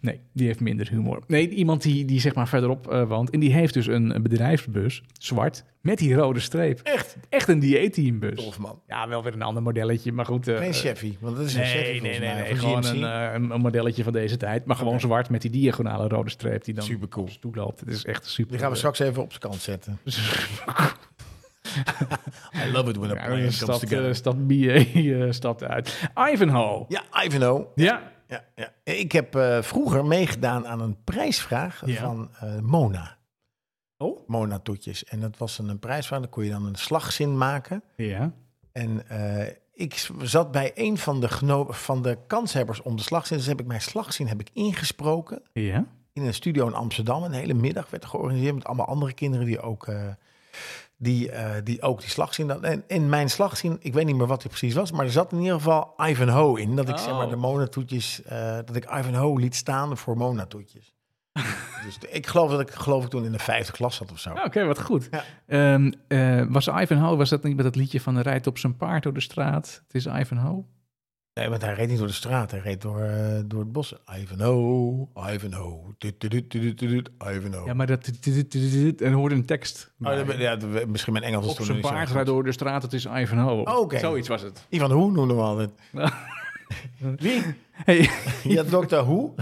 B: nee. Die heeft minder humor. Nee, iemand die, die zeg maar verderop eh, woont en die heeft dus een bedrijfsbus, zwart, met die rode streep.
A: Echt?
B: Echt een dieetteambus.
A: Tof, man.
B: Ja, wel weer een ander modelletje, maar goed. eh,
A: Geen Chevy, want dat is een Chevy
B: Nee, nee,
A: volgens
B: nee,
A: mij.
B: nee.
A: Of
B: Gewoon
A: GMC.
B: een, eh, een een modelletje van deze tijd. Maar gewoon zwart met die diagonale rode streep die dan
A: Supercool.
B: op ons toe loopt. Het is echt super.
A: Die gaan we straks even op zijn kant zetten. I love it when a
B: Ja, de
A: plan comes
B: stad,
A: together.
B: eh, stad BA eh, stapt uit. Ivanhoe.
A: ja, Ivanhoe.
B: Ja.
A: Ja, ja. Ik heb eh, vroeger meegedaan aan een prijsvraag
B: Ja.
A: van eh, Mona.
B: Oh?
A: Mona Toetjes. En dat was een, een prijsvraag, daar kon je dan een slagzin maken.
B: Ja.
A: En eh, ik s- zat bij een van de, geno- van de kanshebbers om de slagzin. Dus heb ik mijn slagzin heb ik ingesproken.
B: Ja.
A: in een studio in Amsterdam. Een hele middag werd georganiseerd met allemaal andere kinderen die ook, eh, die, eh, die, ook die slag zien. En, en mijn slag zien, ik weet niet meer wat het precies was, maar er zat in ieder geval Ivanhoe in. Dat ik zeg maar
B: Oh.
A: de Monatoetjes, eh dat ik Ivanhoe liet staan voor Monatoetjes. dus ik geloof dat ik, geloof ik toen in de vijfde klas zat of zo.
B: Oké, wat goed.
A: Ja.
B: Ehm, eh, was Ivanhoe, was dat niet met dat liedje van rijdt op zijn paard door de straat? Het is Ivanhoe?
A: Nee, want hij reed niet door de straat, hij reed door, eh, door het bos. Ivanhoe, Ivanhoe, dit, dit, dit, dit, dit, dit, Ivanhoe.
B: Ja, maar dat... En hoorde een tekst.
A: Oh, dat- ja, dat- misschien mijn Engels is
B: Op
A: toen
B: zijn
A: niet zo
B: paard
A: goed. Oh,
B: rijdt door de straat, het is Ivanhoe.
A: Oké.
B: Zoiets was het.
A: Ivan Hoe noemde we altijd. Wie?
B: Hey,
A: Ja, dokter Hoe.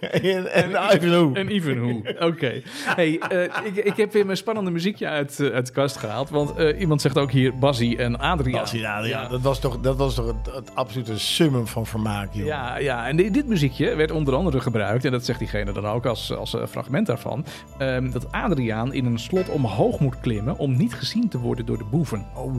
A: en en Ivanhoe.
B: en Ivanhoe. Oké. Hey, eh, ik, ik heb weer mijn spannende muziekje uit, eh, uit de kast gehaald. Want eh, iemand zegt ook hier Bassie en Adriaan.
A: Bas, ja, ja,
B: Ja.
A: dat was toch, dat was toch het, het absolute summum van vermaak, joh.
B: Ja, ja, en di- dit muziekje werd onder andere gebruikt, en dat zegt diegene dan ook als, als eh, fragment daarvan, ehm, dat Adriaan in een slot omhoog moet klimmen om niet gezien te worden door de boeven.
A: Oh.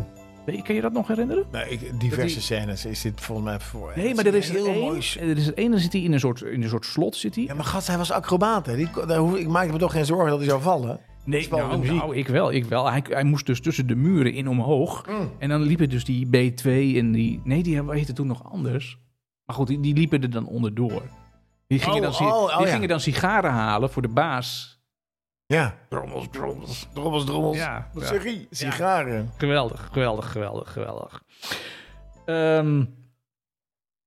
B: Weet- Kan je dat nog herinneren?
A: Nou, ik, diverse
B: die-
A: scènes is dit volgens mij voor.
B: Nee,
A: Het
B: maar er is
A: heel
B: er één,
A: mooi.
B: Eh, Er is er één, dan zit hij in een soort, in een soort slot. Zit hij.
A: Ja, maar gast, hij was acrobaat. Hè. Die, kon- daar hoef, ik maakte me toch geen zorgen dat hij zou vallen.
B: nee,
A: spannende
B: nou,
A: muziek.
B: nou, ik wel. Ik wel. Hij, hij moest dus tussen de muren in omhoog. En dan liepen dus die B2 en die... Nee, die hebben- heette toen nog anders. Maar goed, die, die liepen er dan onderdoor. Die gingen,
A: Oh,
B: dan, si-
A: oh, oh,
B: die
A: ja.
B: gingen dan sigaren halen voor de baas.
A: Ja.
B: Drommels, drommels.
A: Drommels, drommels.
B: Ja,
A: Wat
B: ja.
A: Oh, zeg je? Sigaren.
B: Geweldig, geweldig, geweldig, geweldig. Ehm,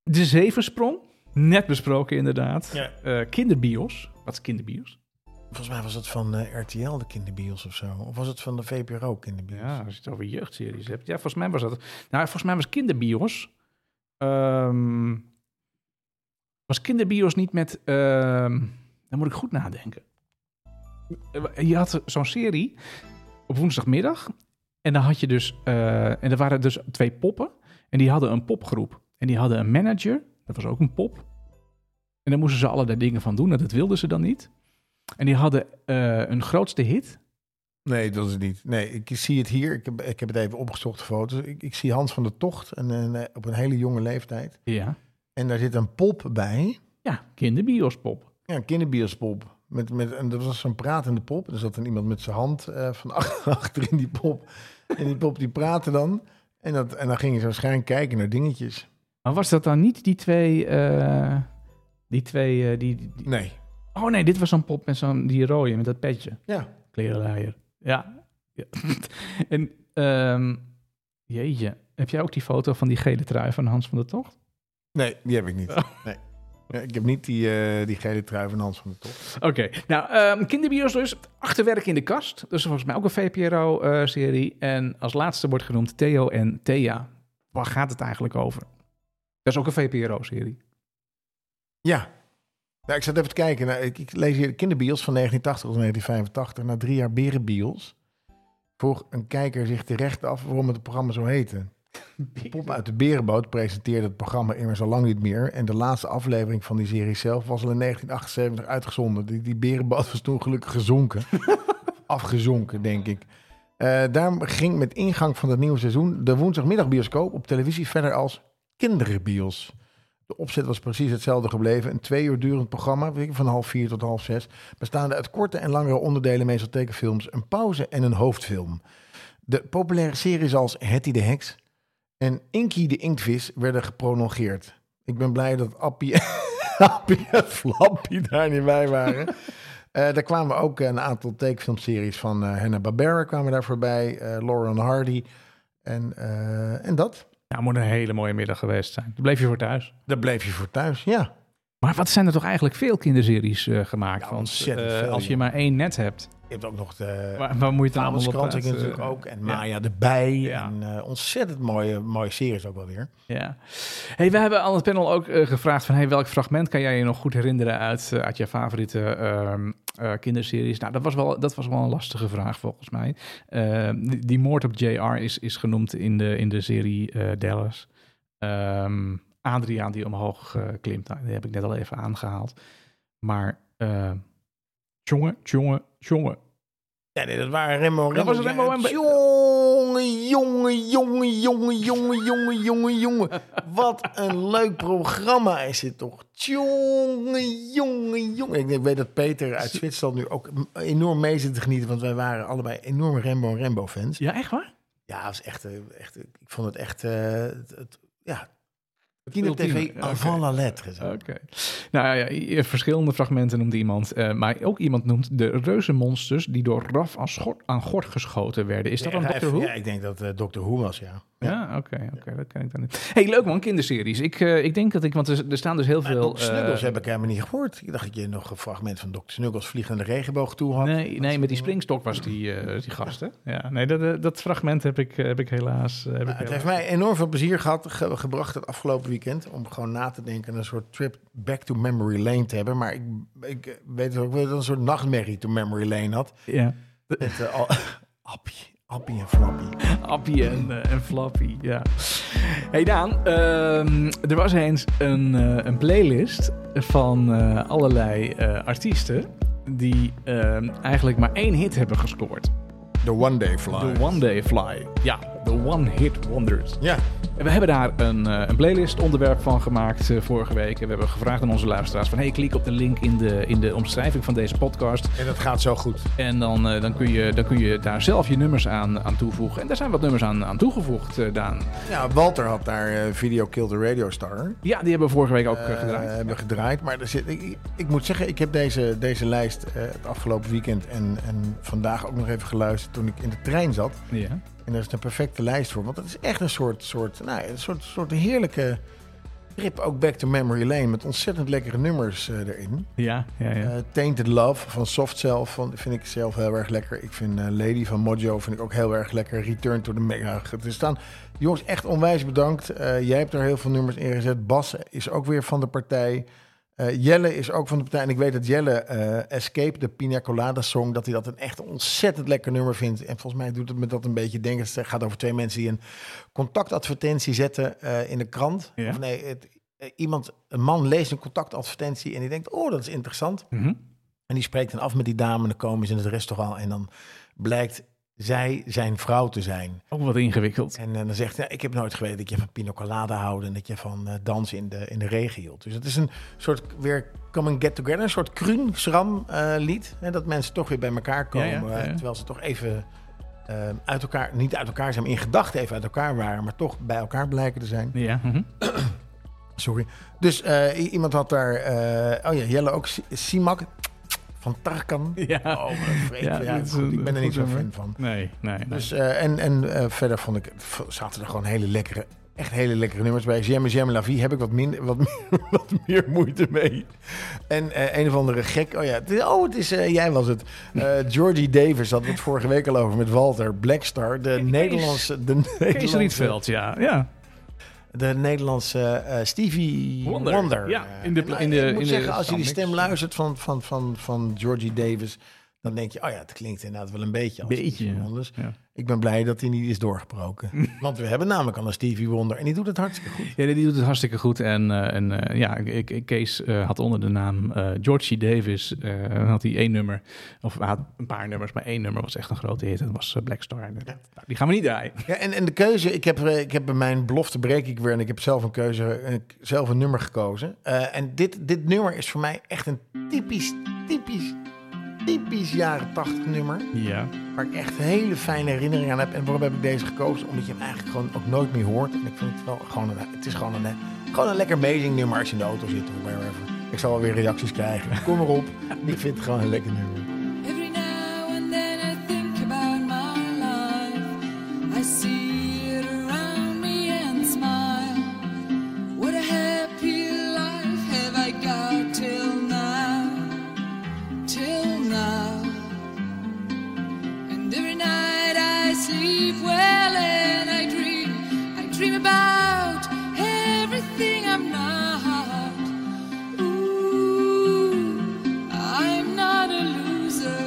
B: de zeversprong, net besproken inderdaad.
A: Ja.
B: Eh, kinderbios. Wat is kinderbios?
A: Volgens mij was het van eh, RTL, de kinderbios of zo. Of was het van de VPRO kinderbios?
B: Ja, Dus als je het over jeugdseries hebt. Ja, volgens mij was dat. Nou, volgens mij was kinderbios. ehm, was kinderbios niet met. ehm dan moet ik goed nadenken. Je had zo'n serie op woensdagmiddag. En dan had je dus. eh, en er waren dus twee poppen. En die hadden een popgroep. En die hadden een manager. Dat was ook een pop. En daar moesten ze allerlei dingen van doen. En dat wilden ze dan niet. En die hadden eh, een grootste hit.
A: Nee, dat is het niet. Nee, ik zie het hier. Ik heb, ik heb het even opgezocht, de foto's. Ik, ik zie Hans van der Tocht en, en, op een hele jonge leeftijd.
B: Ja.
A: En daar zit een pop bij.
B: Ja, kinderbiospop.
A: Ja, een kinderbierspop. Met, met, en dat was zo'n pratende pop. En er zat dan iemand met zijn hand eh, van ach- achter in die pop. En die pop die praatte dan. En, dat, en dan gingen ze waarschijnlijk kijken naar dingetjes.
B: Maar was dat dan niet die twee... eh, die twee... eh, die, die- die-
A: Nee.
B: Oh nee, dit was zo'n pop met zo'n die rode, met dat petje.
A: Ja.
B: Klerenleier. Ja. ja. en, ehm, jeetje. Heb jij ook die foto van die gele trui van Hans van der Tocht?
A: Nee, die heb ik niet. Nee. Ja, ik heb niet die, eh, die gele trui van Hans van de Top.
B: Oké, nou, ehm kinderbios dus. Achterwerk in de kast. Dat is volgens mij ook een VPRO-serie. en als laatste wordt genoemd Theo en Thea. Waar gaat het eigenlijk over? Dat is ook een VPRO-serie.
A: Ja. Nou, ik zat even te kijken. Nou, ik, ik lees hier de kinderbios van 1980 tot 1985. Na drie jaar berenbios vroeg een kijker zich terecht af waarom het programma zo heette. Pop uit de Berenboot presenteerde het programma immers al lang niet meer. En de laatste aflevering van die serie zelf was al in 1978 uitgezonden. Die, die Berenboot was toen gelukkig gezonken. Afgezonken, denk ik. Eh daar ging met ingang van het nieuwe seizoen de woensdagmiddagbioscoop op televisie verder als kinderbios. De opzet was precies hetzelfde gebleven. Een twee uur durend programma, weet ik, van half vier tot half zes. Bestaande uit korte en langere onderdelen, meestal tekenfilms, een pauze en een hoofdfilm. De populaire series als Hetty de Heks en Inky de Inktvis werden geprolongeerd. Ik ben blij dat Appie, Appie en Flappy daar niet bij waren. Eh, daar kwamen ook een aantal tekenfilmseries van eh Hanna-Barbera kwamen daar voorbij. eh Lauren Hardy en, eh, en dat.
B: Nou, moet een hele mooie middag geweest zijn. Dan bleef je voor thuis.
A: Daar bleef je voor thuis, ja.
B: Maar wat zijn er toch eigenlijk veel kinderseries eh, gemaakt?
A: Ja,
B: Want
A: ontzettend
B: eh,
A: veel,
B: als je
A: joh.
B: maar één net hebt,
A: Je hebt ook nog de
B: waar, waar moet je het dan allemaal op
A: Abelskrant
B: uit,
A: natuurlijk
B: eh,
A: ook. En Maya de Bij.
B: Ja.
A: En eh, ontzettend mooie, mooie series ook wel weer.
B: Ja. Hey, we hebben aan het panel ook eh, gevraagd van hey, welk fragment kan jij je nog goed herinneren uit, eh, uit je favoriete ehm, eh, kinderseries? Nou, dat was, wel, dat was wel een lastige vraag volgens mij. Ehm, die, die moord op JR is, is genoemd in de, in de serie eh, Dallas. Ehm, Adriaan die omhoog eh, klimt, nou, die heb ik net al even aangehaald. Maar eh, jongen, jongen, jongen.
A: Ja, nee, dat waren Rembo
B: Dat was Rembo en Be-
A: Jongen, jongen, jongen, jongen, jongen, jongen, jongen, jongen. Wat een leuk programma is dit toch. Jongen, jongen, jongen. Ik denk- weet dat Peter uit Zwitserland nu ook enorm mee zit te genieten. Want wij waren allebei enorme Rembo en Rembo fans.
B: Ja, echt waar?
A: Ja, het was echt, eh, echt, ik vond het echt, eh, het, het- ja.
B: ultieme,
A: Kindertv
B: ja,
A: avant
B: oké.
A: la lettre. zo.
B: Oké. Nou ja, i- verschillende fragmenten noemde iemand. eh, maar ook iemand noemt de reuzenmonsters die door Raf aan, schort, aan gort geschoten werden. Is dat
A: Ja,
B: een
A: hij-
B: Dr. Who?
A: Ja, ik denk dat eh Dr. Who was, ja.
B: Ja, oké, oké, dat ken ik dan niet. hey, leuk man, kinderseries. Ik, eh, ik denk dat ik, want er, er staan dus heel
A: Maar
B: veel...
A: Dr. Snuggles
B: eh,
A: heb ik helemaal niet gehoord. Ik dacht dat je nog een fragment van Dr. Snuggles vliegende regenboog toe had.
B: Nee, nee, met die springstok was die, eh die gast, hè? Ja, nee, dat, eh, dat fragment heb ik, heb ik helaas... eh, Heb ik
A: Nou, het
B: helaas-
A: heeft mij enorm veel plezier gehad, ge- gebracht het afgelopen weekend. Om gewoon na te denken en een soort trip back to memory lane te hebben. Maar ik, ik eh, weet ook wel dat ik een soort nachtmerrie to memory lane had.
B: Ja.
A: Met eh, al, appie, appie en flappie.
B: Appie en, eh, en Flappy, ja. Hey Daan, ehm, er was eens een, eh, een playlist van eh, allerlei eh, artiesten die ehm, eigenlijk maar één hit hebben gescoord.
A: The One Day Fly.
B: The One Day Fly. Ja, The One Hit Wonders.
A: Ja,
B: En We hebben daar een, eh, een playlist onderwerp van gemaakt eh, vorige week. En we hebben gevraagd aan onze luisteraars van... hey, klik op de link in de, in de omschrijving van deze podcast.
A: en dat gaat zo goed.
B: En dan, eh, dan, kun, je, dan kun je daar zelf je nummers aan, aan toevoegen. En daar zijn wat nummers aan, aan toegevoegd, eh, Daan.
A: Ja, Walter had daar eh, Video Kill the Radio Star.
B: Ja, die hebben we vorige week ook eh,
A: Eh,
B: gedraaid.
A: hebben we gedraaid. Maar er zit, ik- ik, ik moet zeggen, ik heb deze, deze lijst eh, het afgelopen weekend en, en vandaag ook nog even geluisterd toen ik in de trein zat.
B: Ja.
A: En daar is een perfecte lijst voor. Want het is echt een soort, soort, nou, een soort, soort heerlijke trip ook back to memory lane. Met ontzettend lekkere nummers eh, erin.
B: Ja, ja, ja.
A: Eh, Tainted Love van Soft Cell van, vind ik zelf heel erg lekker. Ik vind eh, Lady van Mojo vind ik ook heel erg lekker. Return to the Mega. Er staan, jongens, echt onwijs bedankt. Eh, jij hebt er heel veel nummers in gezet. Bas is ook weer van de partij. Eh, Jelle is ook van de partij. En ik weet dat Jelle eh, Escape, de Pina Colada song, dat hij dat een echt ontzettend lekker nummer vindt. En volgens mij doet het me dat een beetje denken. Het gaat over twee mensen die een contactadvertentie zetten eh, in de krant.
B: Ja.
A: Of nee, het, eh, iemand, een man leest een contactadvertentie en die denkt, oh, dat is interessant.
B: Mhm.
A: En die spreekt dan af met die dame. En dan komen ze in het restaurant. En dan blijkt zij zijn vrouw te zijn.
B: Ook Oh, wat ingewikkeld.
A: En eh, dan zegt hij: "Ja, Ik heb nooit geweten dat je van pina colada houdt. En dat je van eh, dansen in de, in de regen hield. Dus het is een soort weer come and get together. Een soort kruun schram eh, lied. Hè, dat mensen toch weer bij elkaar komen.
B: ja, ja,
A: eh,
B: ja.
A: Terwijl ze toch even eh, uit elkaar, niet uit elkaar zijn, maar in gedachten even uit elkaar waren. Maar toch bij elkaar blijken te zijn.
B: Ja. mhm.
A: Sorry. Dus eh, i- iemand had daar. eh, oh ja, Jelle ook. Si- Simak van Tarkan.
B: ja.
A: Oh, vreemd.
B: Ja,
A: Ja,
B: dat is
A: goed,
B: een-
A: ik ben er
B: goed
A: niet zo'n
B: nummer.
A: fan van.
B: Nee, nee. nee.
A: Dus, eh, en en eh, verder vond ik, v- zaten er gewoon hele lekkere, echt hele lekkere nummers bij. Jam Jam La Vie heb ik wat, minder, wat, meer, wat meer moeite mee. En eh, een of andere gek, oh ja, het is- oh, het is, eh, jij was het. Eh, Georgie Davis had het vorige week al over met Walter. Blackstar, de Nederlandse... De
B: Kees
A: Nederlandse,
B: Rietveld, ja. ja.
A: de Nederlandse eh, Stevie
B: Wonder,
A: Wonder.
B: ja,
A: Eh,
B: in de-
A: en, nou,
B: in de-
A: ik moet
B: in de
A: zeggen, als je die
B: soundmix.
A: stem luistert van, van, van, van Georgie Davis... dan denk je, oh ja, het klinkt inderdaad wel een beetje als
B: Beetje,
A: Stevie
B: ja.
A: Wonder. Dus
B: Ja.
A: ik ben blij dat hij niet is doorgebroken. Want we hebben namelijk al een Stevie Wonder. En die doet het hartstikke goed.
B: Ja, die doet het hartstikke goed. En, eh, en eh, ja, ik, ik- Kees eh, had onder de naam eh, Georgie Davis, eh, had hij één nummer, of hij had een paar nummers, maar één nummer was echt een grote hit. en Dat was eh, Black Star. Nou, die gaan we niet draaien.
A: Ja, en, en de keuze, ik heb, eh, ik heb bij mijn belofte breek ik weer. En ik heb zelf een keuze, eh, k- zelf een nummer gekozen. Eh, en dit, dit nummer is voor mij echt een typisch, typisch, typisch jaren 80 nummer.
B: Ja.
A: Waar ik echt hele fijne herinneringen aan heb. En waarom heb ik deze gekozen? Omdat je hem eigenlijk gewoon ook nooit meer hoort. En ik vind het wel gewoon een, het is gewoon een, gewoon een lekker amazing nummer als je in de auto zit of wherever. Ik zal wel weer reacties krijgen. Kom erop. Ik vind het gewoon een lekker nummer.
E: Every now and then I think about my life. I see it around me and smile. What a happy life have I got till now, till now. And every night I sleep well and I dream, I dream about everything I'm not. Ooh, I'm not a loser.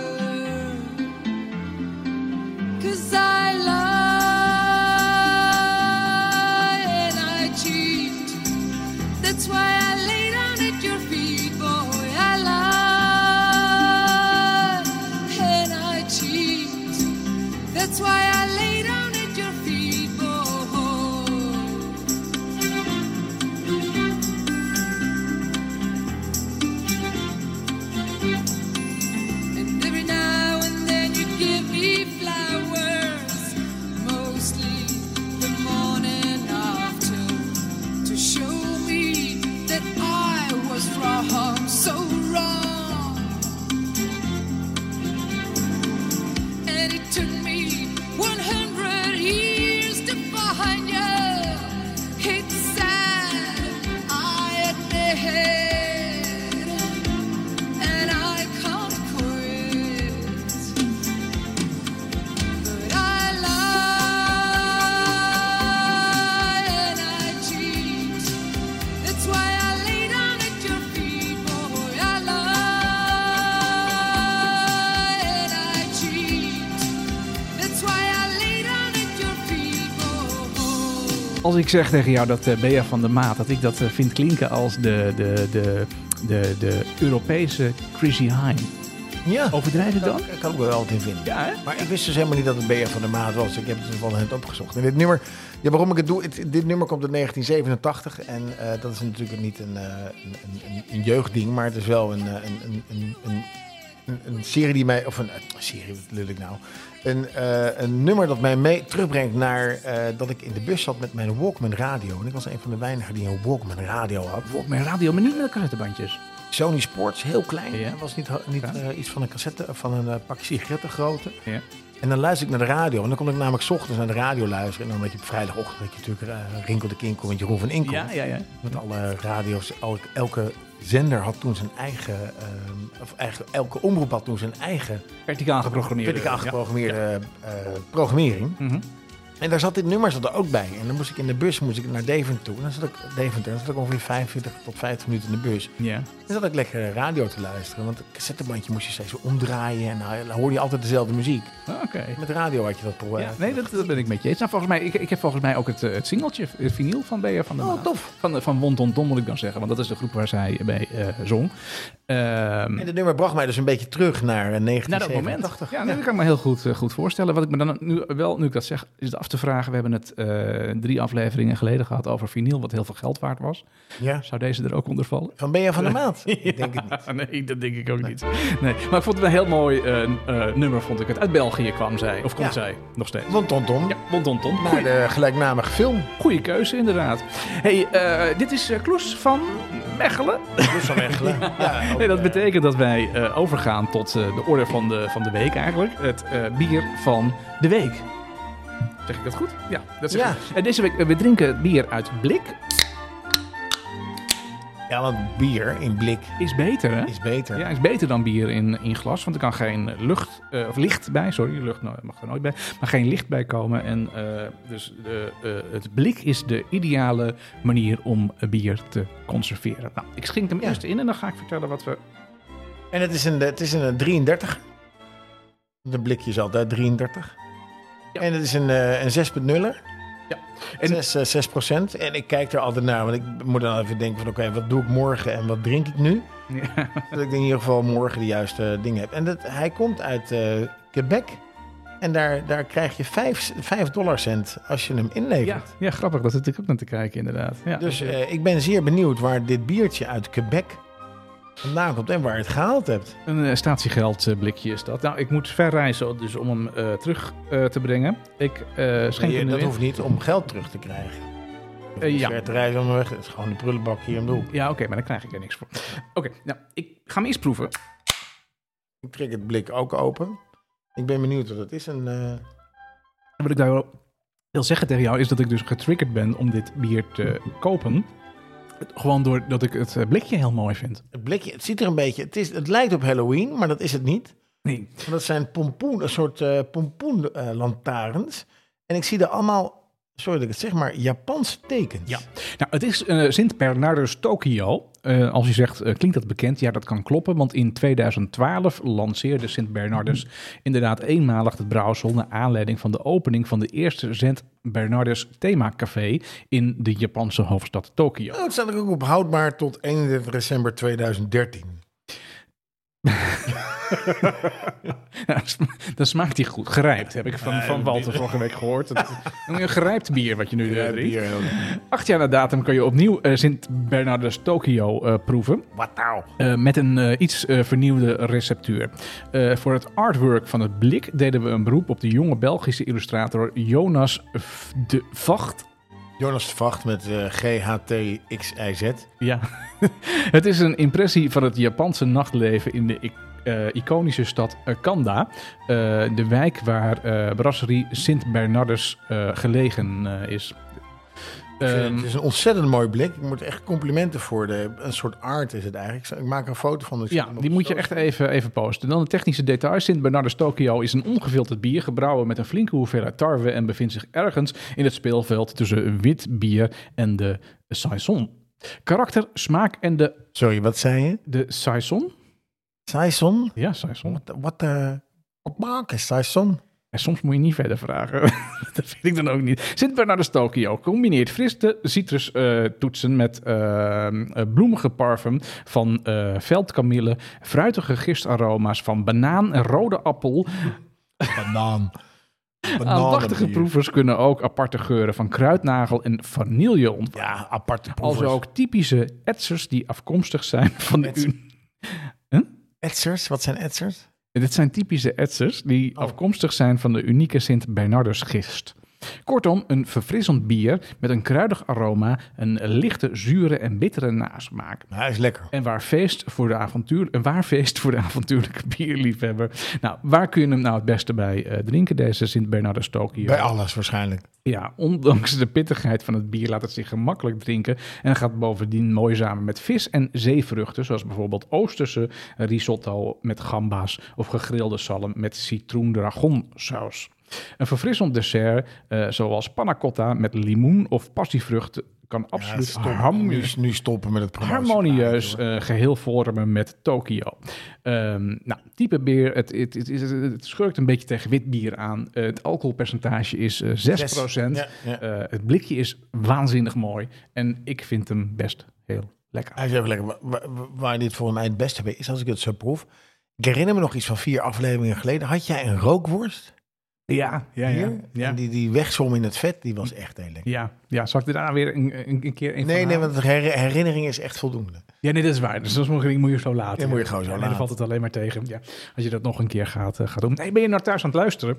B: Als ik zeg tegen jou dat eh Bea van der Maat, dat ik dat eh, vind klinken als de, de, de, de, de Europese Chrissy Hine.
A: Ja.
B: Overdrijven dan?
A: Daar kan ik wel wat in vinden.
B: Ja, hè?
A: Maar ik wist dus helemaal niet dat het BF van de Maat was. Ik heb het van hen opgezocht. En dit nummer, ja, waarom ik het doe, het- dit nummer komt uit 1987. En eh, dat is natuurlijk niet een, eh, een, een, een jeugdding, maar het is wel een, eh, een, een, een, een, een- een serie die mij, of een, eh, serie, wat lul ik nou. Een, eh, een nummer dat mij mee terugbrengt naar eh, dat ik in de bus zat met mijn Walkman radio. En ik was een van de weinigen die een Walkman radio had.
B: Op mijn radio, maar niet met cassettebandjes.
A: Sony Sports, heel klein.
B: Ja.
A: Het was niet, niet
B: Ja.
A: eh, iets van een cassette, van een eh, pak sigaretten grootte.
B: Ja.
A: En dan luister ik naar de radio. En dan kon ik namelijk 's ochtends naar de radio luisteren. En dan weet je op vrijdagochtend dat je natuurlijk eh, Rinkel de Kinkel met Jeroen van Inkel.
B: Ja, ja, ja.
A: Want alle radio's, elk- elke zender had toen zijn eigen, ehm, of eigenlijk elke omroep had toen zijn eigen,
B: Verticaal geprogrammeerd.
A: weet ik, aangeprogrammeerde eh, programmering.
B: Ja. Mhm.
A: En daar zat dit nummer zat er ook bij. En dan moest ik in de bus moest ik naar Deventer toe. En dan zat ik, Deventer, dan zat ik ongeveer 45 tot 50 minuten in de bus.
B: ja.
A: Dan zat ik lekker radio te luisteren. Want het cassettebandje moest je steeds zo omdraaien. En nou, dan hoorde je altijd dezelfde muziek.
B: Ah, Oké.
A: Met radio had je dat probleem.
B: Ja, nee, dat, dat ben ik met je eens. Nou, volgens mij, ik, ik heb volgens mij ook het, eh, het singeltje, het vinyl van Bea van der
A: Oh,
B: Maat.
A: tof.
B: Van, eh, van Wond on Don, moet ik dan zeggen. Want dat is de groep waar zij bij eh, zong. Ehm,
A: En dit nummer bracht mij dus een beetje terug naar eh,
B: naar dat
A: 1987.
B: moment. Ja, nee, dat kan ik me heel goed, eh, goed voorstellen. Wat ik me dan nu wel, nu ik dat zeg, is het af te vragen. We hebben het eh, drie afleveringen geleden gehad over vinyl, wat heel veel geld waard was.
A: Ja.
B: Zou deze er ook onder vallen?
A: Van Ben je van de Maat? Ik denk het niet.
B: Ah, nee, dat denk ik ook niet. Nee, maar ik vond het een heel mooi eh, eh, nummer, vond ik het. Uit België kwam zij, of komt
A: Ja.
B: zij, nog steeds.
A: Ton ton ton.
B: Ja, Bon Ton Ton.
A: Naar
B: Goeie-
A: de gelijknamige film.
B: Goeie keuze, inderdaad. hey, eh, dit is eh, Kloes van Mechelen.
A: Dus van Mechelen. Ja, ook,
B: Nee, dat
A: eh,
B: betekent dat wij eh, overgaan tot eh, de orde van de, van de week eigenlijk. Het eh, bier van de week. Zeg ik dat goed? Ja, dat zeg
A: Ja.
B: ik. En deze week, eh, we drinken bier uit blik.
A: eh, Ja, want bier in blik
B: Is beter, hè?
A: is beter.
B: Ja, is beter dan bier in, in glas, want er kan geen lucht eh, of licht bij, sorry, lucht no- mag er nooit bij, maar geen licht bij komen. En eh, dus de, eh, het blik is de ideale manier om eh, bier te conserveren. Nou, ik schenk hem
A: Ja.
B: eerst in en dan ga ik vertellen wat we.
A: En het is een, het is een 33. De blikje is altijd 33.
B: Ja.
A: En het is een, eh, een 6.0.
B: En-
A: Zes, eh, 6 procent. En ik kijk er altijd naar, want ik moet dan even denken van... oké, wat doe ik morgen en wat drink ik nu?
B: Ja,
A: Dat ik in ieder geval morgen de juiste dingen heb. En dat, hij komt uit eh, Quebec. En daar, daar krijg je 5, 5 dollarcent als je hem
B: ja,
A: inlevert.
B: ja, grappig, dat zit ik ook naar te kijken, inderdaad. Ja.
A: Dus eh, ik ben zeer benieuwd waar dit biertje uit Quebec vandaan komt en waar je het gehaald hebt.
B: Een eh, statiegeldblikje is dat. Nou, ik moet verreizen dus om hem eh, terug eh, te brengen. Ik eh schenk
A: Je-
B: hem nu
A: dat
B: in.
A: hoeft niet om geld terug te krijgen.
B: Eh, ja.
A: ja. te reizen om de weg. Het is gewoon de prullenbak hier om de hoek.
B: Ja, oké, maar dan krijg ik er niks voor. Oké, nou, ik ga hem eerst proeven.
A: Ik trek het blik ook open. Ik ben benieuwd wat het is. En, eh,
B: En wat ik daar wel wil zeggen tegen jou is dat ik dus getriggerd ben om dit bier te kopen. Gewoon doordat ik het eh, blikje heel mooi vind.
A: het blikje, het ziet er een beetje... Het, is, het lijkt op Halloween, maar dat is het niet.
B: Nee.
A: Want dat zijn pompoen, een soort eh pompoenlantaarns. en ik zie daar allemaal, sorry dat ik het zeg, maar Japanse tekens.
B: Ja. Nou, het is eh Sint Bernardus Tokio. Eh, als je zegt, eh, klinkt dat bekend? Ja, dat kan kloppen. Want in 2012 lanceerde Sint Bernardus inderdaad eenmalig het brouwsel... naar aanleiding van de opening van de eerste Sint Bernardus themacafé... in de Japanse hoofdstad Tokio.
A: Oh, het staat er ook op houdbaar tot 31 december 2013.
B: Ja, dan smaakt hij goed. Gerijpt, heb ik van, van Walter vorige week gehoord. Dat is een gerijpt bier wat je nu eh, drinkt. Acht jaar na datum kan je opnieuw eh, Sint Bernardus Tokio eh, proeven.
A: Wat nou?
B: Eh, met een eh, iets eh, vernieuwde receptuur. Eh, voor het artwork van het blik deden we een beroep op de jonge Belgische illustrator Jonas F- de Vacht.
A: Jonas de Vacht met eh GHTXIZ.
B: Ja, het is een impressie van het Japanse nachtleven in de i- eh, iconische stad eh, Kanda. eh, de wijk waar eh brasserie Sint Bernardus eh, gelegen eh, is.
A: Ik vind het-
B: Ehm,
A: het is een ontzettend mooi blik. Ik moet echt complimenten voor de... Een soort art is het eigenlijk. Ik zal- Ik maak een foto van. dus ik
B: ja,
A: zet hem op
B: die
A: de
B: moet je
A: story.
B: echt even, even posten. Dan de technische details. Sint Bernardus Tokio is een ongefilterd bier, gebrouwen met een flinke hoeveelheid tarwe en bevindt zich ergens in het speelveld tussen wit bier en de saison. Karakter, smaak en de,
A: Sorry, wat zei je?
B: de saison?
A: Saison?
B: Ja, saison.
A: Wat de... Wat maak is Saison?
B: En soms moet je niet verder vragen. dat vind ik dan ook niet. Sint Bernardus Tokio combineert frisse citrustoetsen toetsen met eh, eh, bloemige parfum van eh veldkamille, fruitige gistaroma's van banaan en rode appel.
A: Banaan.
B: Ah, Aandachtige
A: Bananenbier.
B: proevers kunnen ook aparte geuren van kruidnagel en vanille ontvangen.
A: Ja, aparte proevers.
B: Als ook typische etsers die afkomstig zijn van de
A: Ets-
B: Unie.
A: Etsers, wat zijn etsers?
B: Dit zijn typische etsers die
A: Oh.
B: afkomstig zijn van de unieke Sint Bernardus gist. Kortom, een verfrissend bier met een kruidig aroma, een lichte, zure en bittere nasmaak.
A: Nou, hij is lekker.
B: En waar feest voor de avontuur, een waar feest voor de avontuurlijke bierliefhebber. Nou, waar kun je hem nou het beste bij eh, drinken, deze Sint Bernardus Tokio?
A: Bij alles waarschijnlijk.
B: Ja, ondanks de pittigheid van het bier laat het zich gemakkelijk drinken en gaat bovendien mooi samen met vis en zeevruchten, zoals bijvoorbeeld Oosterse risotto met gamba's of gegrilde zalm met citroen-dragonsaus. Een verfrissend dessert, eh, zoals panna cotta met limoen of passievruchten, kan absoluut
A: stop.
B: harmonie-
A: nu, nu stoppen met het promotiepraatje,
B: harmonieus
A: hoor.
B: eh, geheel vormen met Tokio. Ehm, nou, type bier, het, het, het, is- het schurkt een beetje tegen wit bier aan. Eh, het alcoholpercentage is eh, 6%.
A: Ja, ja.
B: Eh, het blikje is waanzinnig mooi. En ik vind hem best heel lekker.
A: Hij is even lekker. Wa- wa- Waar, dit voor mij het beste bij is, als ik het zo proef. Ik herinner me nog iets van vier afleveringen geleden. Had jij een rookworst
B: Ja, ja,
A: hier?
B: Ja,
A: En die, die wegzwom in het vet, die was echt heel lekker.
B: ja, ja. Zal ik er daarna weer een, een, een keer een van
A: Nee, nee,
B: halen?
A: want de her- herinnering is echt voldoende.
B: Ja, nee, dat is waar. Dus dat is een ding moet je zo laten.
A: Ja, moet je gewoon zo
B: Ja, nee,
A: laten.
B: Dan valt het alleen maar tegen. Ja, als je dat nog een keer gaat, eh, gaat doen. Nee, ben je nou thuis aan het luisteren?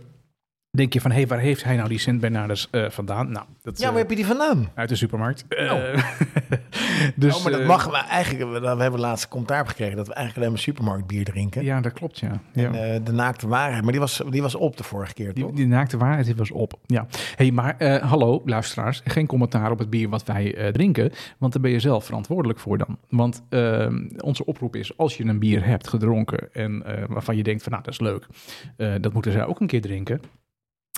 B: Denk je van, hé, hey, waar heeft hij nou die Sint Bernardus eh, vandaan? Nou, dat,
A: Ja,
B: eh,
A: waar heb je Oh. die vandaan?
B: Uit de supermarkt. Eh, dus,
A: Oh, maar
B: eh,
A: dat mag. Maar eigenlijk, we we hebben laatst commentaar op gekregen dat we eigenlijk alleen maar supermarktbier drinken.
B: Ja, dat klopt, ja. ja.
A: Eh, de naakte waarheid. Maar die was, die was op de vorige keer,
B: die,
A: toch?
B: die naakte waarheid die was op. Ja. hey, maar eh, hallo luisteraars. Geen commentaar op het bier wat wij eh, drinken. Want daar ben je zelf verantwoordelijk voor dan. Want eh, onze oproep is, als je een bier hebt gedronken... en eh, waarvan je denkt van, nou, dat is leuk. eh, dat moeten zij ook een keer drinken.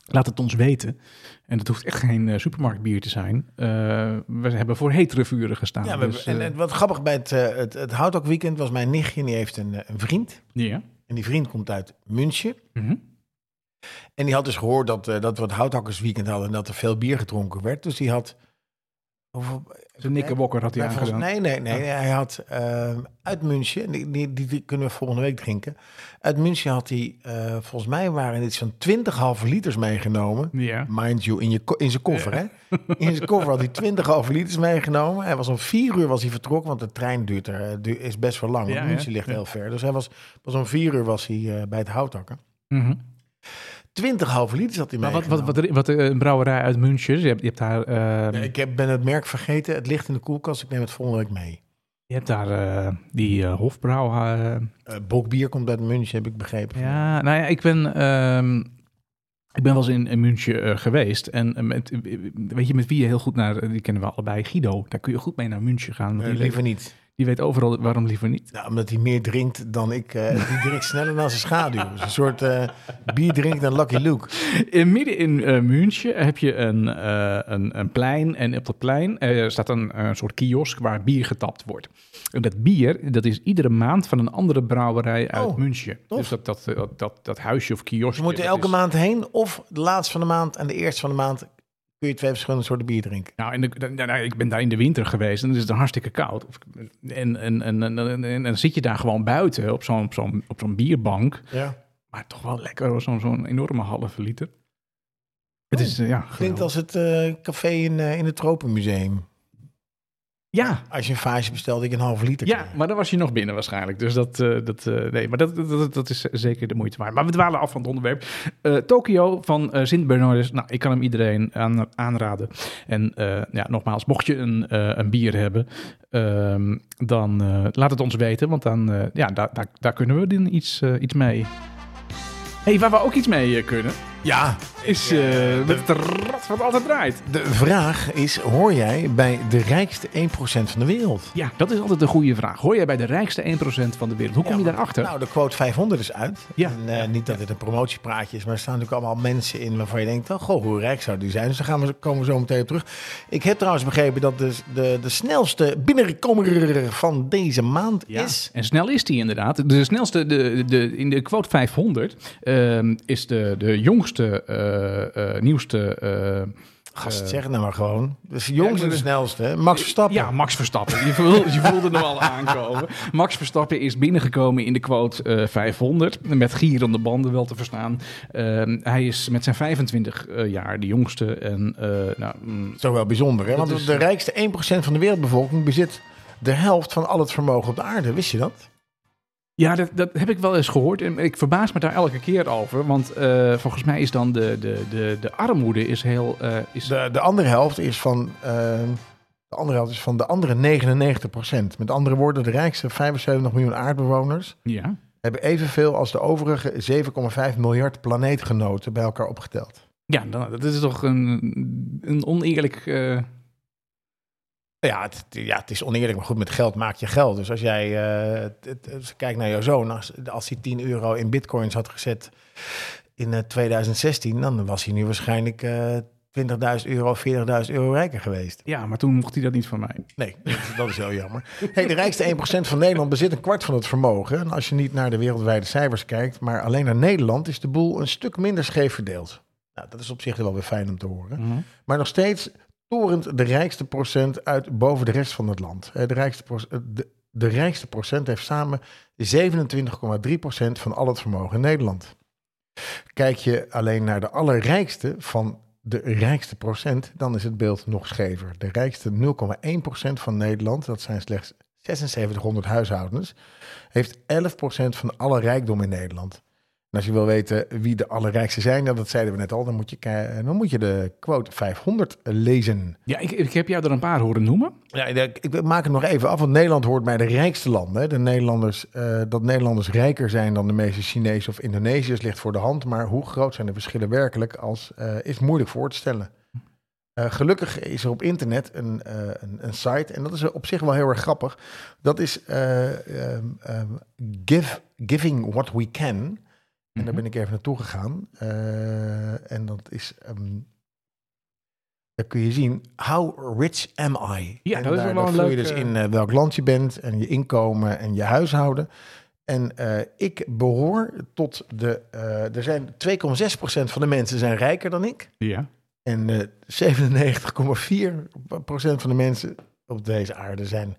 B: Laat het ons weten. En dat hoeft echt geen eh, supermarktbier te zijn. Eh, we hebben voor hetere vuren gestaan.
A: Ja, we
B: dus,
A: hebben- en,
B: eh,
A: en wat grappig bij het, eh, het, het houtdokweekend was mijn nichtje, en die heeft een, eh, een vriend.
B: ja.
A: En die vriend komt uit München.
B: Mhm.
A: En die had dus gehoord dat, eh, dat we het houthakkersweekend hadden en dat er veel bier gedronken werd. Dus die had. Hoeveel,
B: Zijn nikkenwokker had hij
A: nee, volgens-
B: aangedaan.
A: nee, nee, nee, nee, Hij had eh, uit München, die, die, die, die kunnen we volgende week drinken. Uit München had hij, eh, volgens mij waren iets van 20 halve liters meegenomen.
B: Ja.
A: Mind you, in, je, ko- in zijn koffer, hè? In zijn koffer had hij 20 halve liters meegenomen. Hij was om vier uur was hij vertrokken, want de trein duurt er, eh, du- is best wel lang.
B: Ja,
A: want
B: hè?
A: München ligt heel ver. Dus hij was, pas om vier uur was hij eh, bij het houthakken.
B: Mhm.
A: 20 halve liters had hij
B: Maar wat, wat,
A: meegenomen.
B: wat, er- wat eh, een brouwerij uit München, je hebt, je hebt daar, eh,
A: Ja, Ik heb, ben het merk vergeten. Het ligt in de koelkast. Ik neem het volgende week mee.
B: je hebt daar eh, die eh Hofbrouw. eh,
A: Eh Bokbier komt uit München, heb ik begrepen.
B: ja, nou ja, ik ben, ehm, ik ben wel eens in, in München eh, geweest. En eh, met, weet je met wie je heel goed naar, die kennen we allebei, Guido. Daar kun je goed mee naar München gaan. Want
A: Eh,
B: die,
A: liever
B: weet,
A: niet.
B: die weet overal waarom liever niet.
A: Nou, omdat hij meer drinkt dan ik. eh, die drinkt sneller dan zijn schaduw. Dus een soort eh, bier drinkt dan Lucky Luke.
B: In, midden in eh, München heb je een, eh, een, een plein. En op dat plein eh, staat een, eh, soort kiosk waar bier getapt wordt. En dat bier, dat is iedere maand van een andere brouwerij uit
A: Oh,
B: München.
A: tof.
B: Dus dat, dat, dat, dat, dat huisje of kioskje.
A: Je moet er
B: dat
A: elke
B: is-
A: maand heen. Of de laatste van de maand en de eerste van de maand kun je twee verschillende soorten bier drinken.
B: Nou, en de- de- nou, nou, ik ben daar in de winter geweest en dan is het hartstikke koud. Of- En, en, en, en, en, en- en dan zit je daar gewoon buiten op zo'n op zo'n op zo'n bierbank.
A: Ja.
B: Maar toch wel lekker, hoor, zo'n zo'n enorme halve liter. Het is, eh, ja,
A: Klinkt
B: geweldig.
A: als het eh, café in, eh, in het Tropenmuseum.
B: Ja,
A: Als je een vaasje bestelt, dat je een halve liter
B: Ja,
A: krijgt.
B: maar dan was je nog binnen waarschijnlijk. Dus dat, eh, dat eh, nee, maar dat, dat, dat, dat is zeker de moeite waard. Maar we dwalen af van het onderwerp. Eh, Tokio van eh Sint Bernardus. Nou, ik kan hem iedereen aan, aanraden. En eh, ja, nogmaals, mocht je een, eh, een bier hebben, ehm, dan eh, laat het ons weten. Want dan, eh, ja, daar, daar, daar kunnen we dan iets, eh, iets mee. hey, waar we ook iets mee eh, kunnen,
A: Ja,
B: is eh, met het rad wat altijd draait.
A: de vraag is, hoor jij bij de rijkste 1% van de wereld?
B: Ja, dat is altijd een goede vraag. Hoor jij bij de rijkste 1% van de wereld? Hoe kom
A: Ja,
B: je
A: maar-
B: daarachter?
A: Nou, de quote 500 is uit.
B: Ja.
A: En, eh, niet dat het een promotiepraatje is, maar er staan natuurlijk allemaal mensen in waarvan je denkt, oh, goh, hoe rijk zou die zijn? Dus daar gaan we, komen we zo meteen op terug. Ik heb trouwens begrepen dat de, de, de snelste binnenkomer van deze maand is...
B: En snel is die inderdaad. De snelste de, de, in de quote 500 ehm, is de, de jongste jongste, eh, eh, nieuwste... eh,
A: Gast, zeg nou maar gewoon. Dat is de jongste en de snelste. hè? Max Verstappen.
B: Eh, ja, Max Verstappen. Je, voel, je voelde hem al aankomen. Max Verstappen is binnengekomen in de quote eh, 500. Met gierende banden wel te verstaan. Ehm, hij is met zijn 25 eh, jaar de jongste. En eh, nou, mm,
A: Dat is toch wel bijzonder, hè? Want
B: is-
A: de rijkste 1% van de wereldbevolking bezit de helft van al het vermogen op de aarde. Wist je dat?
B: Ja, dat, dat heb ik wel eens gehoord. En ik verbaas me daar elke keer over. Want eh, volgens mij is dan de, de, de, de armoede is heel. eh, is,
A: De, de andere helft is van. eh, de andere helft is van de andere 99%. Met andere woorden, de rijkste 75 miljoen aardbewoners
B: ja.
A: hebben evenveel als de overige 7,5 miljard planeetgenoten bij elkaar opgeteld.
B: Ja, dan- dat is toch een, een oneerlijk. eh,
A: Ja het, ja, het is oneerlijk, maar goed, met geld maak je geld. Dus als jij, eh, het- het- als ik kijk naar jouw zoon, als, als hij 10 euro in bitcoins had gezet in eh, 2016, dan was hij nu waarschijnlijk eh 20.000 euro, 40.000 euro rijker geweest.
B: ja, maar toen mocht hij dat niet van mij.
A: Nee, dat, is- dat is heel jammer. Hey, de rijkste 1% van Nederland bezit een kwart van het vermogen. En als je niet naar de wereldwijde cijfers kijkt, maar alleen naar Nederland, is de boel een stuk minder scheef verdeeld. Nou, dat is op zich wel weer fijn om te horen. Maar nog steeds torent de rijkste procent uit boven de rest van het land. Eh, De rijkste, proc- eh, de, de rijkste procent heeft samen 27,3% van al het vermogen in Nederland. Kijk je alleen naar de allerrijkste van de rijkste procent, dan is het beeld nog schever. De rijkste 0,1% van Nederland, dat zijn slechts 7600 huishoudens, heeft 11% van alle rijkdom in Nederland. En als je wil weten wie de allerrijkste zijn, nou, dat zeiden we net al, dan moet je, ki- dan moet je de quote 500 lezen.
B: Ja, ik, ik heb jou er een paar horen noemen.
A: Ja, ik, ik maak het nog even af, want Nederland hoort bij de rijkste landen. hè. De Nederlanders, eh, dat Nederlanders rijker zijn dan de meeste Chinezen of Indonesiërs ligt voor de hand. Maar hoe groot zijn de verschillen werkelijk als, eh, is moeilijk voor te stellen. Eh, gelukkig is er op internet een, eh, een, een site, en dat is op zich wel heel erg grappig. Dat is eh, ehm, ehm, give, Giving What We Can. En
B: Mhm.
A: daar ben ik even naartoe gegaan. Eh, en dat is... ehm, daar kun je zien, how rich am I?
B: Ja,
A: en
B: dat is
A: daar,
B: wel
A: daar
B: een
A: vul je
B: leuk,
A: dus
B: eh,
A: in eh, welk land je bent en je inkomen en je huishouden. En eh, ik behoor tot de... eh, er zijn 2,6% van de mensen zijn rijker dan ik.
B: Ja.
A: En eh, 97,4% van de mensen op deze aarde zijn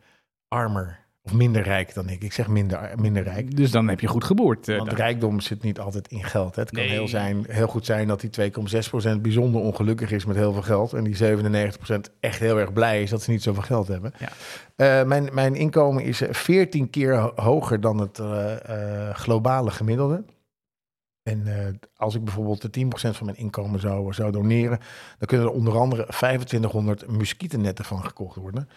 A: armer of minder rijk dan ik. Ik zeg minder, minder rijk.
B: Dus dan heb je goed geboord. eh,
A: Want
B: dan.
A: rijkdom zit niet altijd in geld. Hè. Het kan
B: Nee.
A: heel, zijn, heel goed zijn dat die 2,6% bijzonder ongelukkig is met heel veel geld. En die 97% echt heel erg blij is dat ze niet zoveel geld hebben.
B: Ja.
A: Eh, mijn, mijn inkomen is eh, 14 keer ho- hoger dan het eh, eh, globale gemiddelde. En eh, als ik bijvoorbeeld de 10% van mijn inkomen zou, zou doneren, dan kunnen er onder andere 2500 muskietennetten van gekocht worden.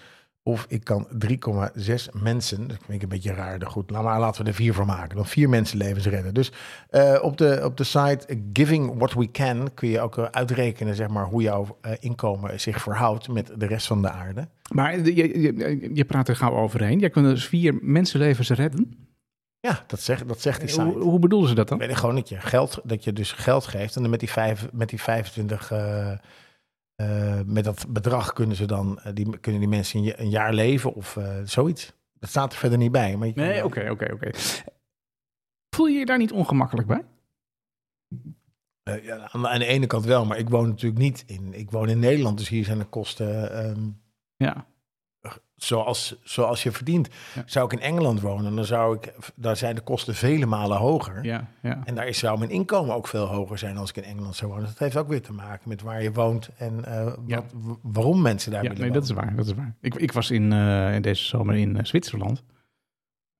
A: Of ik kan 3,6 mensen, dat vind ik een beetje raar, maar goed, laat maar laten we er vier van maken. Dan vier mensenlevens redden. Dus eh, op, de, op de site Giving What We Can kun je ook eh, uitrekenen zeg maar, hoe jouw eh, inkomen zich verhoudt met de rest van de aarde.
B: Maar je, je, je praat er gauw overheen. Jij kunt dus vier mensenlevens redden.
A: Ja, dat zegt, dat zegt die site.
B: Hoe, hoe bedoelen ze dat dan?
A: Weet ik gewoon dat je geld, dat je dus geld geeft en dan met die, vijf, met die 25, eh, eh, met dat bedrag kunnen ze dan, eh, die, kunnen die mensen een, ja- een jaar leven of eh, zoiets. Dat staat er verder niet bij. Maar je-
B: Nee, oké, oké, oké. Voel je je daar niet ongemakkelijk bij?
A: Eh, ja, aan, de, aan de ene kant wel, maar ik woon natuurlijk niet in, ik woon in Nederland, dus hier zijn de kosten ehm,
B: Ja.
A: zoals, zoals je verdient.
B: Ja.
A: Zou ik in Engeland wonen, dan zou ik, daar zijn de kosten vele malen hoger.
B: Ja, ja.
A: En daar is, zou mijn inkomen ook veel hoger zijn als ik in Engeland zou wonen. Dus Dat heeft ook weer te maken met waar je woont en eh, wat,
B: Ja.
A: w- waarom mensen daar
B: Ja,
A: willen
B: nee, dat is waar. Dat is waar. Ik, ik was in, eh, in deze zomer in eh, Zwitserland.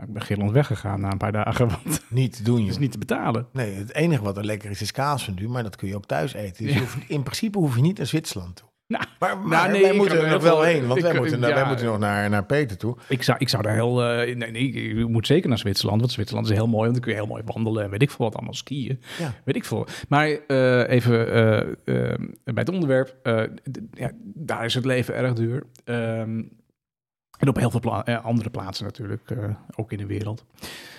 B: Ik ben gillend weggegaan na een paar dagen, want het
A: wonen. Niet doen,
B: is
A: je.
B: niet te betalen.
A: Nee, het enige wat er lekker is, is kaasfondue, maar dat kun je ook thuis eten. Dus je
B: Ja.
A: hoeft- in principe hoef je niet naar Zwitserland toe.
B: Nou,
A: Maar, maar
B: nee,
A: wij
B: ik
A: moeten
B: heb
A: er
B: heel
A: nog wel
B: veel-
A: heen, want
B: ik-
A: wij moeten, nou,
B: ja.
A: wij moeten nog naar, naar Peter toe.
B: ik zou, ik zou daar heel... eh, nee, nee, je moet zeker naar Zwitserland, want Zwitserland is heel mooi. Want dan kun je heel mooi wandelen en weet ik veel wat, allemaal skiën.
A: Ja.
B: Weet ik veel. Maar eh, even eh, eh, bij het onderwerp. eh, d- ja, daar is het leven erg duur. Ehm, en op heel veel pla- eh, andere plaatsen natuurlijk, eh, ook in de wereld.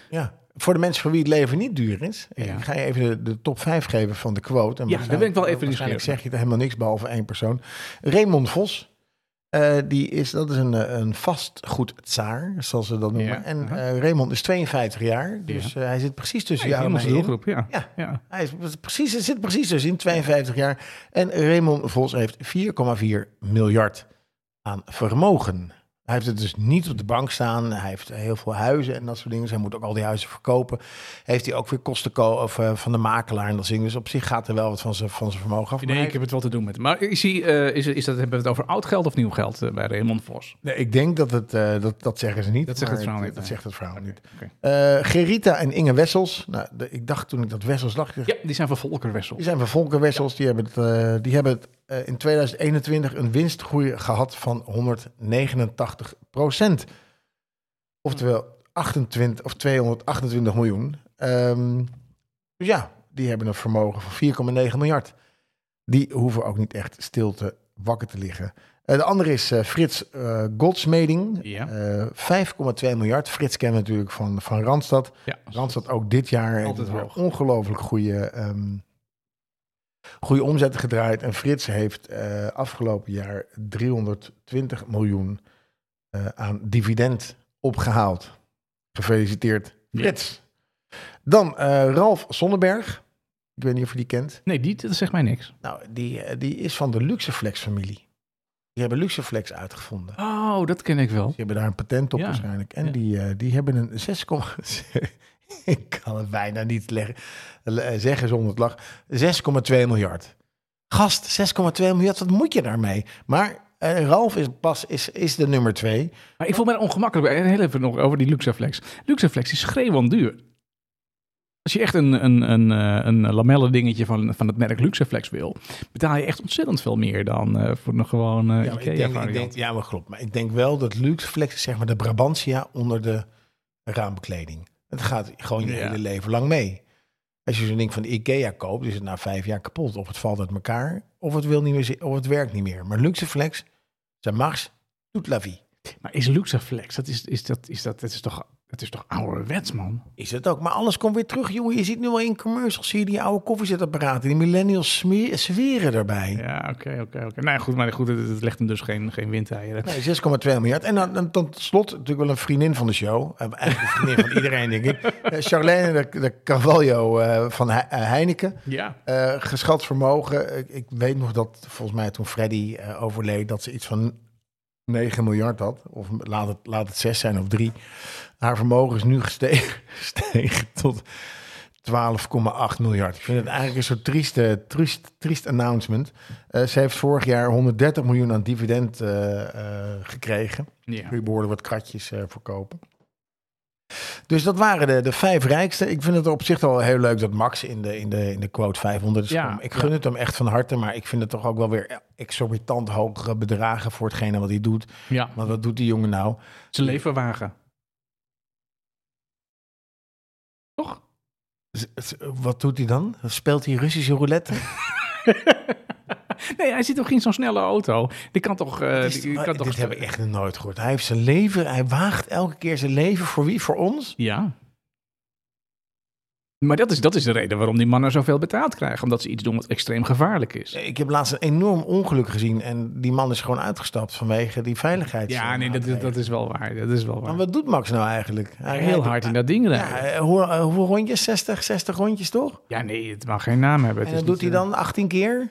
A: Ja. Voor de mensen voor wie het leven niet duur is, eh,
B: Ja.
A: ik ga je even de, de top 5 geven van de quote. En
B: Ja, daar ben ik wel even
A: Waarschijnlijk
B: nieuwsgierig.
A: zeg je er helemaal niks behalve één persoon. Raymond Vos Eh, die is, dat is een, eh, een vastgoedzaar, zoals ze dat noemen.
B: Ja,
A: En
B: aha.
A: eh, Raymond is 52 jaar, dus eh, hij zit precies tussen jou en
B: helemaal
A: mij in.
B: de doelgroep, ja.
A: Ja.
B: ja.
A: Hij is precies, hij zit precies dus in 52 jaar. En Raymond Vos heeft 4,4 miljard aan vermogen. Hij heeft het dus niet op de bank staan. Hij heeft heel veel huizen en dat soort dingen. Dus hij moet ook al die huizen verkopen. Heeft hij ook weer kosten ko- of, eh, van de makelaar en dat soort dingen. Dus op zich gaat er wel wat van zijn, van zijn vermogen af.
B: Nee,
A: Maar
B: ik heb het wel te doen met. Maar is, hij, eh, is, is dat, hebben we het over oud geld of nieuw geld eh, bij Raymond Vos?
A: Nee, ik denk dat het, eh, dat, dat zeggen ze niet.
B: Dat zegt
A: maar
B: het verhaal niet,
A: Dat
B: nee.
A: zegt het verhaal niet.
B: oké.
A: Eh, Gerita en Inge Wessels. Nou, de- ik dacht toen ik dat Wessels dacht, ik
B: Ja, die zijn van Volkerwessel.
A: Die zijn van Volker Wessels. Die hebben, het, eh, die hebben het, eh, in 2021 een winstgroei gehad van 189 procent. Oftewel 28, of 228 miljoen. Ehm, dus ja, die hebben een vermogen van 4,9 miljard. Die hoeven ook niet echt stil te wakker te liggen. Eh, de andere is eh, Frits eh Godsmeding.
B: Ja.
A: Eh, 5,2 miljard. Frits kennen we natuurlijk van, van Randstad.
B: Ja,
A: Randstad ook dit jaar heeft
B: Altijd
A: weer
B: hoog.
A: ongelooflijk goede, ehm goede omzetten gedraaid. En Frits heeft eh, afgelopen jaar 320 miljoen eh, aan dividend opgehaald. Gefeliciteerd, Frits. Dan eh, Ralf Sonneberg. Ik weet niet of je die kent.
B: Nee, die, dat zegt mij niks.
A: Nou, die, eh, die is van de Luxeflex-familie. Die hebben Luxeflex uitgevonden.
B: Oh, dat ken ik wel.
A: Ze hebben daar een patent op
B: Ja,
A: waarschijnlijk. En
B: ja.
A: die, eh, die hebben een 6, ik kan het bijna niet leggen, le- eh, zeggen zonder het lachen. 6,2 miljard. Gast, 6,2 miljard, wat moet je daarmee? Maar eh, Ralf is pas is, is de nummer twee.
B: Maar ik voel me ongemakkelijk. En Heel even nog over die Luxaflex. Luxaflex is schreeuwend duur. Als je echt een, een, een, eh, een lamellen dingetje van, van het merk Luxaflex wil, betaal je echt ontzettend veel meer dan eh, voor nog gewoon eh
A: Ja, maar ik
B: Ikea
A: denk, ik denk,
B: variant.
A: ja, maar klopt. Maar ik denk wel dat Luxflex is zeg maar de Brabantia onder de raambekleding. Het gaat gewoon je
B: Ja.
A: hele leven lang mee. Als je zo'n ding van Ikea koopt, is het na vijf jaar kapot. Of het valt uit elkaar, of het, wil niet meer, zi- of het werkt niet meer. Maar Luxeflex, zijn mars, doet la vie.
B: Maar is Luxaflex, dat is, is, dat, is, dat, dat is toch... Het is toch ouderwets, man?
A: Is het ook. Maar alles komt weer terug, jongen. Je ziet nu al in commercials, zie je die oude koffiezetapparaten. Die millennials smeer- zweren erbij.
B: Ja, oké, oké, oké. Nou ja, goed, maar goed, het, het legt hem dus geen, geen windeieren.
A: Nee, 6,2 miljard. En dan, dan tot slot natuurlijk wel een vriendin van de show. Eh, Eigenlijk een vriendin van iedereen, denk ik. Eh, Charlene de, de Carvalho eh, van He- eh, Heineken.
B: Ja.
A: Eh, geschat vermogen. Ik, ik weet nog dat volgens mij toen Freddy eh, overleed... dat ze iets van 9 miljard had. Of laat het, laat het 6 zijn of 3. Haar vermogen is nu gestegen, gestegen tot 12,8 miljard. Ik vind het eigenlijk een soort trieste, triest, triest announcement. Eh, ze heeft vorig jaar 130 miljoen aan dividend eh, eh, gekregen.
B: ja.
A: Kun je behoorlijk wat kratjes eh, verkopen. Dus dat waren de, de vijf rijkste. Ik vind het op zich al heel leuk dat Max in de, in de, in de quote 500 is
B: Ja,
A: gekomen. Ik gun het hem echt van harte, maar ik vind het toch ook wel weer exorbitant hogere bedragen voor hetgene wat hij doet.
B: ja.
A: Want wat doet die jongen nou?
B: Zijn leverwagen. Toch?
A: Z- z- Wat doet hij dan? Speelt hij Russische roulette?
B: Eh, Nee, hij zit toch in zo'n snelle auto? Die kan toch... eh,
A: Dit is- Oh,
B: die kan toch
A: dit heb ik echt nog nooit gehoord. Hij heeft zijn leven, hij waagt elke keer zijn leven voor wie? Voor ons?
B: Ja. Maar dat is, dat is de reden waarom die mannen zoveel betaald krijgen. Omdat ze iets doen wat extreem gevaarlijk is.
A: Ik heb laatst een enorm ongeluk gezien en die man is gewoon uitgestapt vanwege die veiligheid.
B: Ja, nee, dat, dat, dat is wel waar. Dat is wel
A: Maar
B: waar.
A: wat doet Max nou eigenlijk? Hij
B: Heel
A: rijdt-
B: hard in dat ding
A: Ja,
B: rijden.
A: eh, hoe, eh, hoe rondjes? 60, 60 rondjes toch?
B: Ja, nee, het mag geen naam hebben. Het
A: en
B: is
A: dat doet hij
B: niet, eh,
A: dan 18 keer?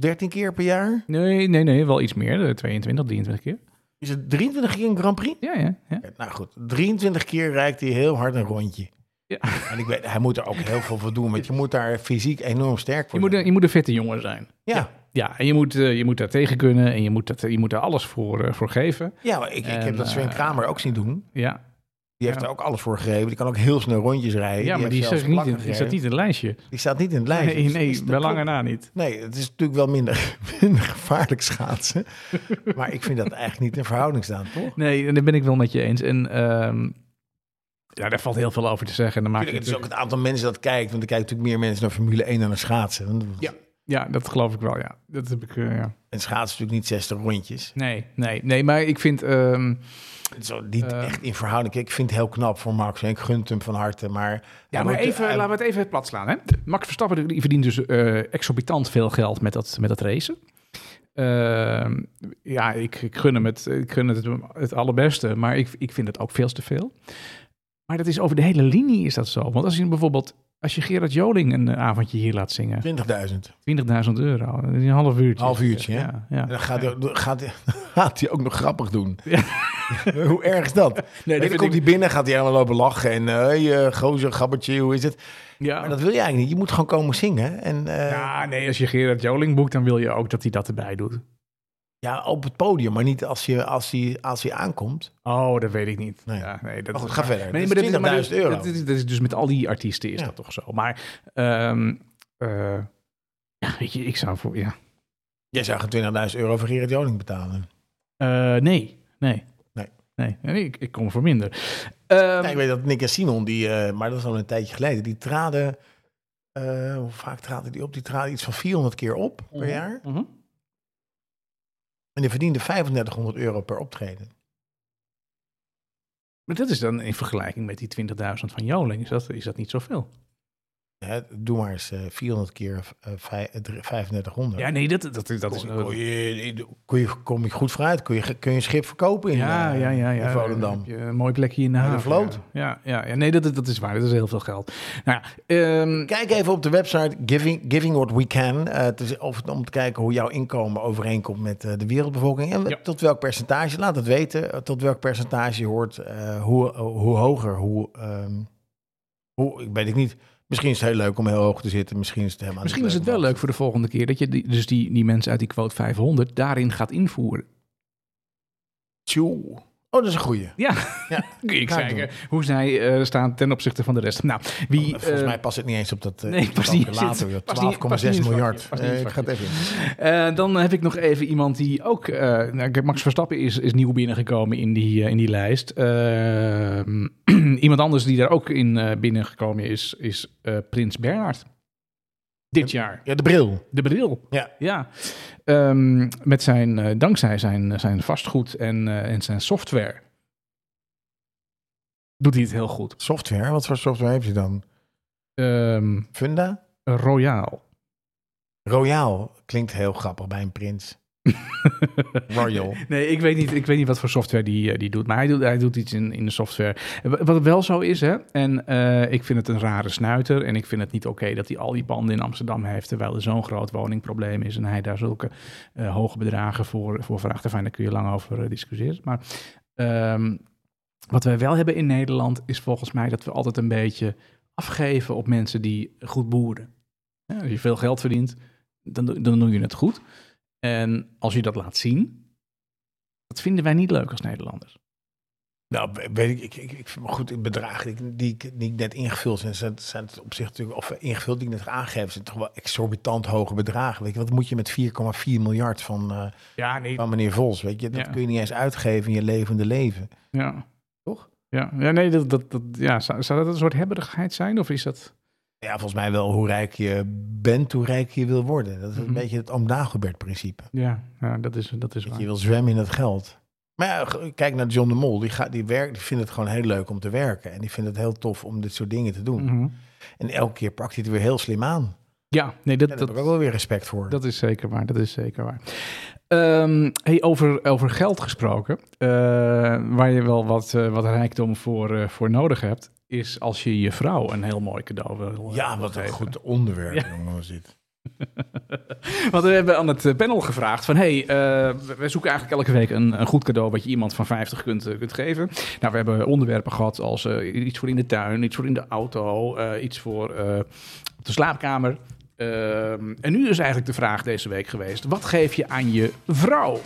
A: 13 keer per jaar?
B: Nee, nee, nee, wel iets meer. eh, 22, 23 keer.
A: Is het 23 keer een Grand Prix?
B: Ja, ja, ja.
A: Ja, Nou goed, 23 keer rijdt hij heel hard een rondje.
B: Ja.
A: En ik weet, hij moet er ook heel veel voor doen, want je moet daar fysiek enorm sterk
B: Je,
A: voor
B: moet, een-
A: zijn.
B: je moet een vette jongen zijn.
A: Ja,
B: Ja, en je moet, eh, je moet daar tegen kunnen en je moet, dat, je moet daar alles voor, eh, voor geven.
A: ja maar ik, ik
B: En,
A: heb dat Sven
B: eh,
A: Kramer ook zien doen.
B: Ja,
A: Die heeft
B: ja.
A: er ook alles voor gegeven. Die kan ook heel snel rondjes rijden.
B: ja maar
A: heeft
B: die,
A: zelfs
B: zat niet in,
A: plakken
B: die staat
A: gereden.
B: niet in het lijstje.
A: Die staat niet in het lijstje.
B: Nee,
A: Dus dat
B: nee
A: is-
B: bij
A: dat
B: lange na niet.
A: Nee, het is natuurlijk wel minder, minder gevaarlijk schaatsen. maar ik vind dat eigenlijk niet in verhouding staan, toch?
B: Nee, en daar ben ik wel met je eens. En ehm, ja, daar valt heel veel over te zeggen. En dan maak je
A: Tuurlijk, het is ook
B: natuurlijk-
A: het aantal mensen dat kijkt. Want er kijken natuurlijk meer mensen naar Formule 1 dan naar schaatsen. Want
B: Ja. Ja, dat geloof ik wel, ja. Dat heb ik, eh, ja.
A: En schaatsen is natuurlijk niet 60 rondjes.
B: Nee, nee, nee, maar ik vind... ehm,
A: Het is ook niet
B: Eh.
A: echt in verhouding. Kijk, Ik vind het heel knap voor Max. En ik gunt hem van harte. Maar,
B: ja, maar even, laten we het even eh, plat slaan, hè. Max Verstappen die verdient dus eh, exorbitant veel geld met dat, met dat racen. Ehm, ja, ik, ik gun hem het, ik gun het, hem het allerbeste, maar ik, ik vind het ook veel te veel. Maar dat is over de hele linie is dat zo. Want als je bijvoorbeeld, als je Gerard Joling een eh, avondje hier laat zingen,
A: 20.000.
B: 20.000 euro, dat is een half uurtje.
A: Half uurtje, hè?
B: Ja, ja.
A: En dan gaat hij, gaat, hij, gaat hij ook nog grappig doen.
B: Ja.
A: hoe erg is dat?
B: Nee,
A: en
B: dat
A: dan
B: vind
A: komt
B: ik-
A: hij binnen, gaat hij helemaal lopen lachen. En eh hey, eh, gozer, gabbertje, hoe is het?
B: ja.
A: Maar dat wil je eigenlijk niet. Je moet gewoon komen zingen. En eh, ja.
B: Ja, nee, als je Gerard Joling boekt, dan wil je ook dat hij dat erbij doet.
A: op het podium, maar niet als je, als hij, als hij aankomt.
B: Oh, dat weet ik niet.
A: Nee.
B: Ja, nee, dat
A: Maar goed,
B: is-
A: ga verder.
B: Nee,
A: Dat
B: maar
A: is
B: dat is- maar dat is-
A: 20.000 euro.
B: Dat, is- dat is dus met al die artiesten is
A: Ja.
B: dat toch zo. Maar, ehm, eh, ja, weet je, ik zou voor, ja.
A: Jij zou geen 20.000 euro voor Gerard Joning betalen.
B: Eh, nee, nee.
A: Nee.
B: Nee, nee, ik, ik kom voor minder. Ehm,
A: Nee, ik weet dat Nick en Simon, die, eh, maar dat is al een tijdje geleden, die traden, eh, hoe vaak traden die op? Die traden iets van 400 keer op per jaar.
B: mhm.
A: En die verdienden 3500 euro per optreden.
B: Maar dat is dan in vergelijking met die 20.000 van Joling, is dat, is dat niet zoveel?
A: Hè, doe maar eens eh, 400 keer eh, vij- eh, drie- 3500.
B: Ja, eh, nee, dat, dat, dat, is...
A: Kon kon je, kon je, kom je goed vooruit? Kun je, kun je een schip verkopen in,
B: Ja,
A: eh,
B: ja, ja, ja.
A: in
B: Dan
A: Volendam?
B: heb je een mooi plekje in de
A: Bij de
B: haven.
A: vloot.
B: Ja, ja, ja. nee, dat, dat- dat is waar. Dat is heel veel geld. Nou ja, ehm,
A: Kijk even op de website Giving, giving What We Can. eh, te z- of, om te kijken hoe jouw inkomen overeenkomt met eh, de wereldbevolking. En
B: Ja.
A: tot welk percentage, laat het weten. eh, Tot welk percentage je hoort. eh, hoe, hoe hoger, hoe, ehm, hoe. Ik weet het niet. Misschien is het heel leuk om heel hoog te zitten. Misschien is het helemaal
B: misschien
A: niet
B: is het wel
A: om-
B: leuk voor de volgende keer dat je die, dus die, die mensen uit die quote 500 daarin gaat invoeren.
A: Tjoe. Oh, dat is een goeie.
B: Ja,
A: Ja,
B: kun je
A: ga ik
B: kijken hoe zij eh, staan ten opzichte van de rest. Nou, wie...
A: Oh, Volgens
B: eh,
A: mij past het niet eens op dat eh,
B: nee, past
A: calculator,
B: niet, zit-
A: joh.
B: past niet- past niet
A: 12,6
B: in het
A: miljard.
B: vakje, past niet in
A: Eh,
B: het
A: ik ga het even in.
B: Eh, dan heb ik nog even iemand die ook... eh, nou, kijk, Max Verstappen is, is nieuw binnengekomen in die, eh, in die lijst. Ehm, iemand anders die daar ook in eh, binnengekomen is, is eh, Prins Bernhard. Dit jaar.
A: Ja, de bril.
B: De bril.
A: Ja.
B: Ja. Ehm, met zijn, eh, dankzij zijn, zijn vastgoed en, eh, en zijn software doet hij het heel goed.
A: Software, wat voor software heeft hij dan?
B: Ehm
A: Funda?
B: royaal.
A: Royaal klinkt heel grappig bij een prins. Royal.
B: Nee, ik weet niet, ik weet niet wat voor software die, eh, die doet. Maar hij doet, hij doet iets in, in de software. Wa- Wat wel zo is, hè. En eh, ik vind het een rare snuiter. En ik vind het niet oké dat hij al die panden in Amsterdam heeft. Terwijl er zo'n groot woningprobleem is. En hij daar zulke eh, hoge bedragen voor, voor vraagt. Enfin, daar kun je lang over eh, discussiëren. Maar ehm, wat wij wel hebben in Nederland. Is volgens mij dat we altijd een beetje afgeven op mensen die goed boeren. Ja, als je veel geld verdient, dan, doe- dan doe je het goed. En als je dat laat zien, dat vinden wij niet leuk als Nederlanders.
A: Nou, we- weet ik, ik, ik, ik vind- maar goed, het bedrag die, ik- die, ik- die ik net ingevuld zijn, zijn, zijn het op zich natuurlijk, of eh, ingevuld die ik net aangegeven, zijn toch wel exorbitant hoge bedragen. Weet je, wat moet je met 4,4 miljard van, eh,
B: Ja, nee.
A: van meneer Vos? Weet je, dat
B: Ja.
A: kun je niet eens uitgeven in je levende leven.
B: Ja.
A: Toch?
B: Ja, ja nee, dat, dat, dat, ja, zou, zou dat een soort hebberigheid zijn? Of is dat...
A: Ja, volgens mij wel hoe rijk je bent, hoe rijk je wil worden. Dat is een
B: Mhm.
A: beetje het Oom Dagobert principe.
B: Ja, ja dat is, dat is
A: Dat
B: waar.
A: je wil zwemmen in het geld. Maar ja, g- kijk naar John de Mol. Die, gaat, die, werkt, die vindt het gewoon heel leuk om te werken. En die vindt het heel tof om dit soort dingen te doen.
B: Mhm.
A: En elke keer pakt hij het weer heel slim aan.
B: Ja, nee, dat,
A: Daar
B: dat,
A: heb ik ook wel weer respect voor.
B: dat is zeker waar. Dat is zeker waar. Ehm, hey, over, over geld gesproken, eh, waar je wel wat, eh, wat rijkdom voor, eh, voor nodig hebt, is als je je vrouw een heel mooi cadeau wil eh,
A: ja,
B: wil
A: wat een
B: geven.
A: goed onderwerp, jongen, was dit.
B: Want we hebben aan het eh, panel gevraagd van... hey, eh, we zoeken eigenlijk elke week een, een goed cadeau... wat je iemand van 50 kunt, eh, kunt geven. Nou, we hebben onderwerpen gehad als eh, iets voor in de tuin... iets voor in de auto, eh, iets voor eh, op de slaapkamer. Ehm, en nu is eigenlijk de vraag deze week geweest... wat geef je aan je vrouw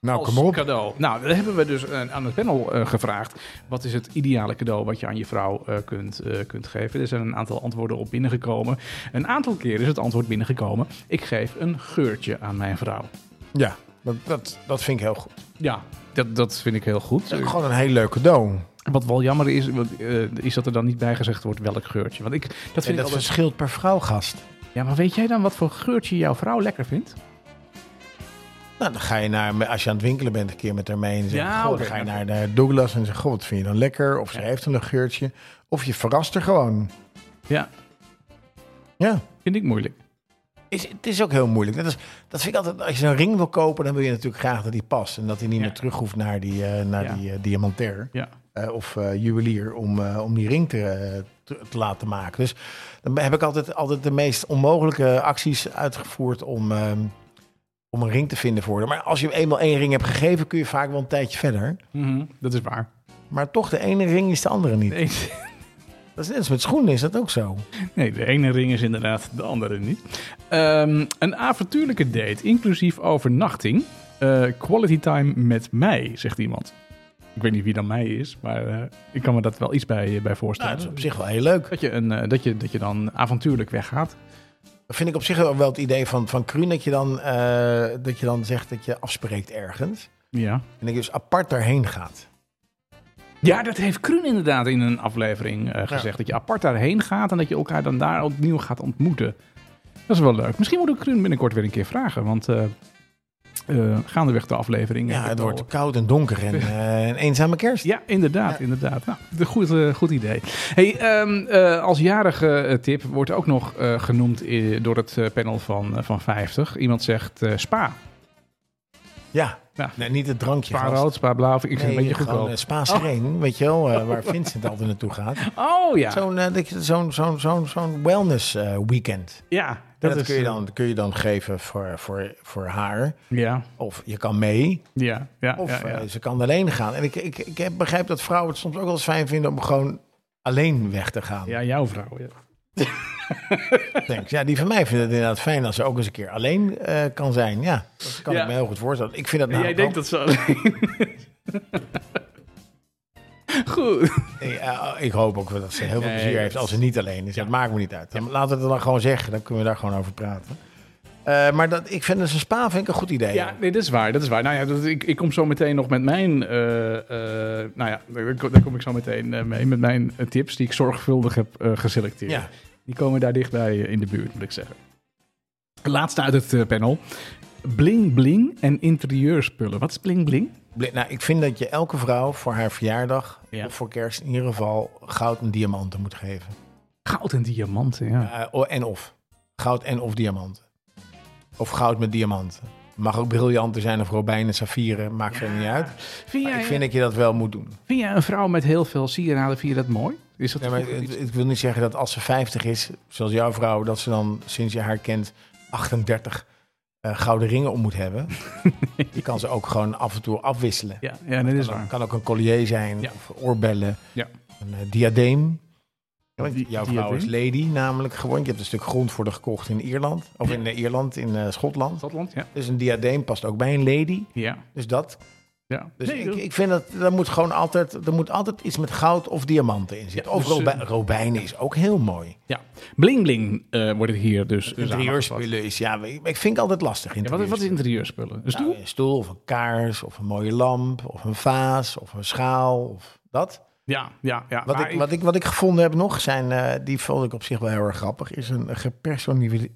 A: Nou,
B: als
A: kom op.
B: cadeau? Nou, dat hebben we dus eh, aan het panel eh, gevraagd. Wat is het ideale cadeau wat je aan je vrouw eh, kunt, eh, kunt geven? Er zijn een aantal antwoorden op binnengekomen. Een aantal keer is het antwoord binnengekomen: ik geef een geurtje aan mijn vrouw.
A: Ja, dat, dat, dat vind ik heel goed.
B: Ja, dat, dat vind ik heel goed. Eh,
A: Gewoon een heel leuk cadeau.
B: Wat wel jammer is, want, eh, is dat er dan niet bij gezegd wordt welk geurtje. Want ik, dat vind
A: En
B: ik
A: dat
B: altijd...
A: verschilt per vrouw, gast.
B: Ja, maar weet jij dan wat voor geurtje jouw vrouw lekker vindt?
A: Nou, dan ga je naar, als je aan het winkelen bent, een keer met haar mee. En zeg,
B: Ja,
A: goh,
B: oké.
A: dan ga je naar de Douglas en zeg, goh, wat vind je dan lekker? Of ze heeft een geurtje. Of je verrast er gewoon.
B: Ja,
A: Ja.
B: vind ik moeilijk.
A: Is, het is ook heel moeilijk. Dat, is, dat vind ik altijd, als je een ring wil kopen, dan wil je natuurlijk graag dat die past. En dat hij niet
B: Ja.
A: meer terug hoeft naar die, eh, naar
B: Ja.
A: die eh, diamantair
B: Ja.
A: eh, of eh, juwelier om, eh, om die ring te, eh, te, te laten maken. Dus dan heb ik altijd, altijd de meest onmogelijke acties uitgevoerd om, ehm, om een ring te vinden voor hem. Maar als je hem eenmaal één ring hebt gegeven, kun je vaak wel een tijdje verder.
B: Mhm, dat is waar.
A: Maar toch, de ene ring is de andere niet.
B: Nee, Nou,
A: Dat is net als met schoenen, is dat ook zo.
B: nee, de ene ring is inderdaad de andere niet. Ehm, een avontuurlijke date, inclusief overnachting. Eh, quality time met mij, zegt iemand. Ik weet niet wie dan mij is, maar eh, ik kan me dat wel iets bij, eh, bij
A: Nou,
B: voorstellen.
A: dat is op zich wel heel leuk.
B: dat, je een, eh, dat, je, dat je dan avontuurlijk weggaat.
A: Dat vind ik op zich wel het idee van, van Kruun dat je, dan, eh, dat je dan zegt dat je afspreekt ergens.
B: Ja.
A: En dat je dus apart daarheen gaat.
B: Ja, dat heeft Kruun inderdaad in een aflevering eh, gezegd. Dat je apart daarheen gaat en dat je elkaar dan daar opnieuw gaat ontmoeten. Dat is wel leuk. Misschien moet ik Kruun binnenkort weer een keer vragen. Want eh eh gaandeweg de aflevering.
A: Ja,
B: heb ik
A: het
B: al-
A: wordt koud en donker en eh, een eenzame kerst.
B: Ja, inderdaad, inderdaad. Nou, de goed, eh, goed idee. Hey, ehm, eh, als jarige eh, tip wordt ook nog eh, genoemd eh, door het eh, panel van, eh, van 50. Iemand zegt eh, spa.
A: Ja,
B: Ja.
A: Nee, niet het drankje.
B: Spa
A: gast.
B: rood, spa blauw. Ik vind het
A: Nee,
B: een beetje
A: gewoon
B: goedkoop.
A: eh, Spaans Reen, weet je wel, eh, waar Vincent altijd naartoe gaat.
B: oh ja,
A: Zo'n eh, dat je- zo'n zo'n zo'n zo'n wellness eh, weekend.
B: ja
A: Dat, dat
B: is,
A: kun, je
B: eh,
A: dan, kun je dan geven voor, voor, voor haar.
B: Ja,
A: Of je kan mee.
B: ja, ja.
A: Of
B: ja, ja.
A: eh, ze kan alleen gaan. En ik, ik, ik heb- begrijp dat vrouwen het soms ook wel eens fijn vinden om gewoon alleen weg te gaan.
B: Ja, jouw vrouw. Ja.
A: Thanks. Ja, die van mij vinden het inderdaad fijn als ze ook eens een keer alleen eh, kan zijn. Ja, dat kan
B: Ja.
A: ik me heel goed voorstellen. Ik vind dat nou
B: Jij denkt dat ze alleen. Goed.
A: eh, ik hoop ook wel dat ze heel veel
B: Nee,
A: plezier
B: dat-
A: heeft als ze niet alleen is. Dat maakt me niet uit. Dan, Laten we het dan gewoon zeggen. Dan kunnen we daar gewoon over praten. Eh, maar dat, ik vind dus een spa vind ik een goed idee.
B: Ja, nee, dat is waar. Dat is waar. Nou ja, dat, ik, ik kom zo meteen nog met mijn. eh, eh, nou ja, daar kom- daar kom ik zo meteen eh, mee. Met mijn eh, tips die ik zorgvuldig heb eh, geselecteerd.
A: Ja.
B: Die komen daar dichtbij eh, in de buurt, moet ik zeggen. Laatste uit het eh, panel: bling bling en interieurspullen. Wat is bling bling?
A: Bl- Nou, ik vind dat je elke vrouw voor haar verjaardag
B: Ja.
A: of voor kerst in ieder geval goud en diamanten moet geven.
B: Goud en diamanten, ja.
A: Eh, o- en of. Goud en of diamanten. Of goud met diamanten. Mag ook briljanten zijn of robijnen, saffieren. Maakt verder niet uit. Maar
B: Vind, jij,
A: ik vind dat je dat wel moet doen.
B: vind jij een vrouw met heel veel sieraden, vind je dat mooi? Is dat
A: Nee, maar
B: goed?
A: het- ik wil niet zeggen dat als ze 50 is, zoals jouw vrouw, dat ze dan sinds je haar kent 38 eh, gouden ringen om moet hebben. Je kan ze ook gewoon af en toe afwisselen.
B: Ja, ja nee, dat is waar.
A: Het kan ook een collier zijn,
B: Ja.
A: of oorbellen,
B: Ja.
A: een eh, diadeem. Ja, want
B: Di-
A: jouw vrouw is
B: diadeem?
A: lady namelijk gewoon. Je hebt een stuk grond voor de gekocht in Ierland. Of in eh, Ierland, in eh, Schotland.
B: Stadland, ja.
A: Dus een diadeem past ook bij een lady.
B: Ja.
A: Dus dat.
B: ja.
A: Dus
B: Nee,
A: ik,
B: dat-
A: ik vind dat er moet gewoon altijd, er moet altijd iets met goud of diamanten in zitten.
B: Ja,
A: of
B: dus,
A: robi-
B: eh,
A: robijnen is ook heel mooi.
B: ja. Bling bling eh, wordt het hier dus. dus aangevat.
A: Interieurspullen is, ja, ik ik vind het altijd lastig.
B: Ja, wat, wat is
A: interieurspullen.
B: interieurspullen? Een stoel?
A: Nou, een stoel of een kaars of een mooie lamp of een vaas of een schaal of dat.
B: ja, ja, ja.
A: Wat
B: Maar
A: ik, wat, ik, wat ik gevonden heb nog, zijn, eh, die vond ik op zich wel heel erg grappig, is een gepersonali-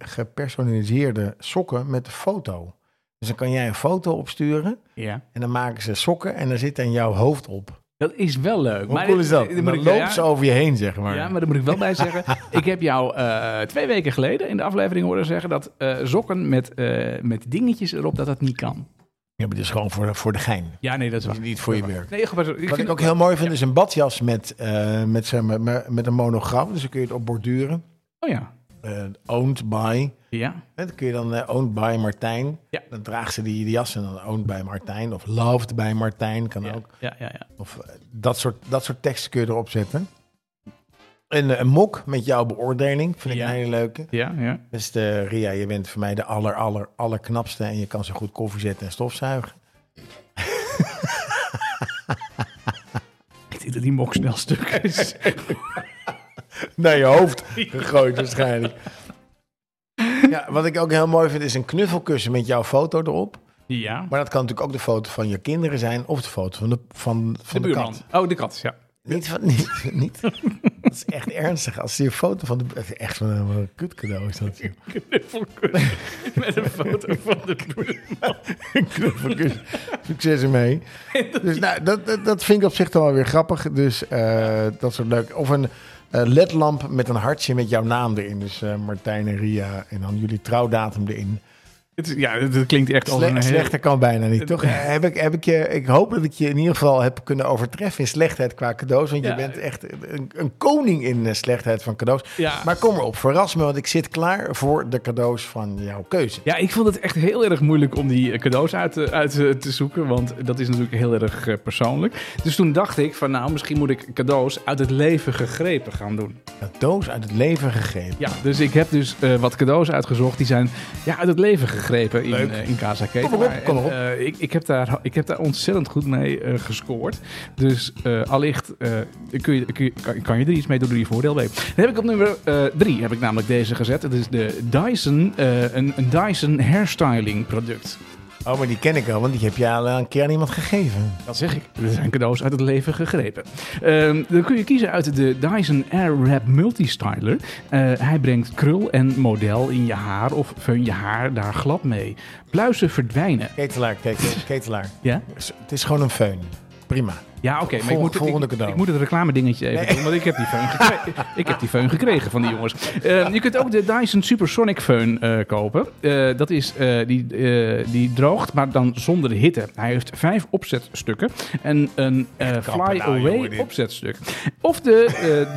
A: gepersonaliseerde sokken met de foto. Dus dan kan jij een foto opsturen
B: ja.
A: en dan maken ze sokken en daar zit dan jouw hoofd op.
B: Dat is wel leuk.
A: Hoe
B: maar
A: cool
B: dit-
A: is dat?
B: dit
A: Dan
B: moet
A: loopt
B: ik- ja,
A: ze over je heen, zeg maar.
B: Ja, maar daar moet ik wel bij zeggen. ik heb jou eh, twee weken geleden in de aflevering horen zeggen dat eh sokken met, eh, met dingetjes erop, dat dat niet kan.
A: Ja, maar dit is gewoon voor, de- voor de gein.
B: Ja, nee, dat is waar.
A: Niet voor je werk.
B: Nee, maar ik
A: Wat
B: vind
A: ik ook heel mooi vind, is een badjas met, eh, met, zeg maar, met, met een monogram. Dus dan kun je het op borduren.
B: Oh ja.
A: Eh, owned by.
B: Ja.
A: En dan kun je dan eh, owned by Martijn.
B: Ja.
A: Dan draagt ze die, die jas en dan owned by Martijn. Of loved by Martijn kan ook.
B: Ja, ja, ja.
A: Of eh, dat, soort, dat soort teksten kun je erop zetten. En eh, een mok met jouw beoordeling. Vind ik
B: Ja.
A: een hele leuke.
B: Ja, ja.
A: Beste Ria, je bent voor mij de aller, aller, allerknapste en je kan zo goed koffie zetten en stofzuigen.
B: Ik denk dat die mok snel stuk is.
A: Naar je hoofd gegooid waarschijnlijk. Ja, wat ik ook heel mooi vind is een knuffelkussen met jouw foto erop.
B: ja.
A: Maar dat kan natuurlijk ook de foto van je kinderen zijn of de foto van de, van,
B: de
A: van de,
B: buurman.
A: kat.
B: Oh, de kat, ja.
A: Niet van, niet, niet. Dat is echt ernstig. Als je een foto van de... dat is Echt van een kut cadeau is dat. joh.
B: knuffelkussen met een foto van de buurman.
A: Knuffelkussen. Succes ermee. Dus nou, dat, dat, dat vind ik op zich dan wel weer grappig. Dus eh, dat soort leuk. Of een, eh, ledlamp met een hartje met jouw naam erin. Dus eh, Martijn en Ria en dan jullie trouwdatum erin.
B: Het, is- ja, dat klinkt echt als
A: Sle-
B: een Eh, heel-
A: Slechter kan bijna niet, toch? heb ik, heb ik, je, ik hoop dat ik je in ieder geval heb kunnen overtreffen in slechtheid qua cadeaus. Want
B: Ja.
A: je bent echt een, een koning in eh, slechtheid van cadeaus.
B: Ja.
A: Maar kom erop, verras me, want ik zit klaar voor de cadeaus van jouw keuze.
B: Ja, ik vond het echt heel erg moeilijk om die eh, cadeaus uit, te- uit eh, te zoeken. Want dat is natuurlijk heel erg eh, persoonlijk. Dus toen dacht ik van nou, misschien moet ik cadeaus uit het leven gegrepen gaan doen.
A: Cadeaus uit het leven gegeven.
B: Ja, dus ik heb dus eh, wat cadeaus uitgezocht. Die zijn ja, uit het leven gegrepen in,
A: Leuk.
B: eh, in Casa Keten.
A: Kom erop, kom erop.
B: eh, ik, ik, heb daar, ik heb daar ontzettend goed mee eh, gescoord. Dus eh, allicht eh, kun je, kun je- kan, kan je er iets mee doen, doe je voordeel mee. Dan heb ik op nummer eh, drie, heb ik namelijk deze gezet. Het is de Dyson, eh, een, een Dyson hairstyling product.
A: Oh, maar die ken ik al, want die heb je al een keer aan iemand gegeven.
B: Dat zeg ik. Er zijn cadeaus uit het leven gegrepen. Ehm, dan kun je kiezen uit de Dyson Airwrap Multistyler. Eh, hij brengt krul en model in je haar of veun je haar daar glad mee. Pluizen verdwijnen.
A: Ketelaar, ketelaar, ketelaar.
B: Ja?
A: Het is gewoon een föhn. Prima.
B: Ja, oké. maar ik
A: Vol-
B: moet,
A: volgende
B: ik,
A: cadeau.
B: ik moet het reclame dingetje even doen, want ik heb die föhn gekregen. ik heb die föhn gekregen van die jongens. Eh, je kunt ook de Dyson Supersonic föhn eh, kopen. Eh, dat is, eh, die, eh, die droogt, maar dan zonder hitte. Hij heeft vijf opzetstukken en een eh,
A: kappen nou, jongen,
B: fly-away
A: dit.
B: opzetstuk. Of de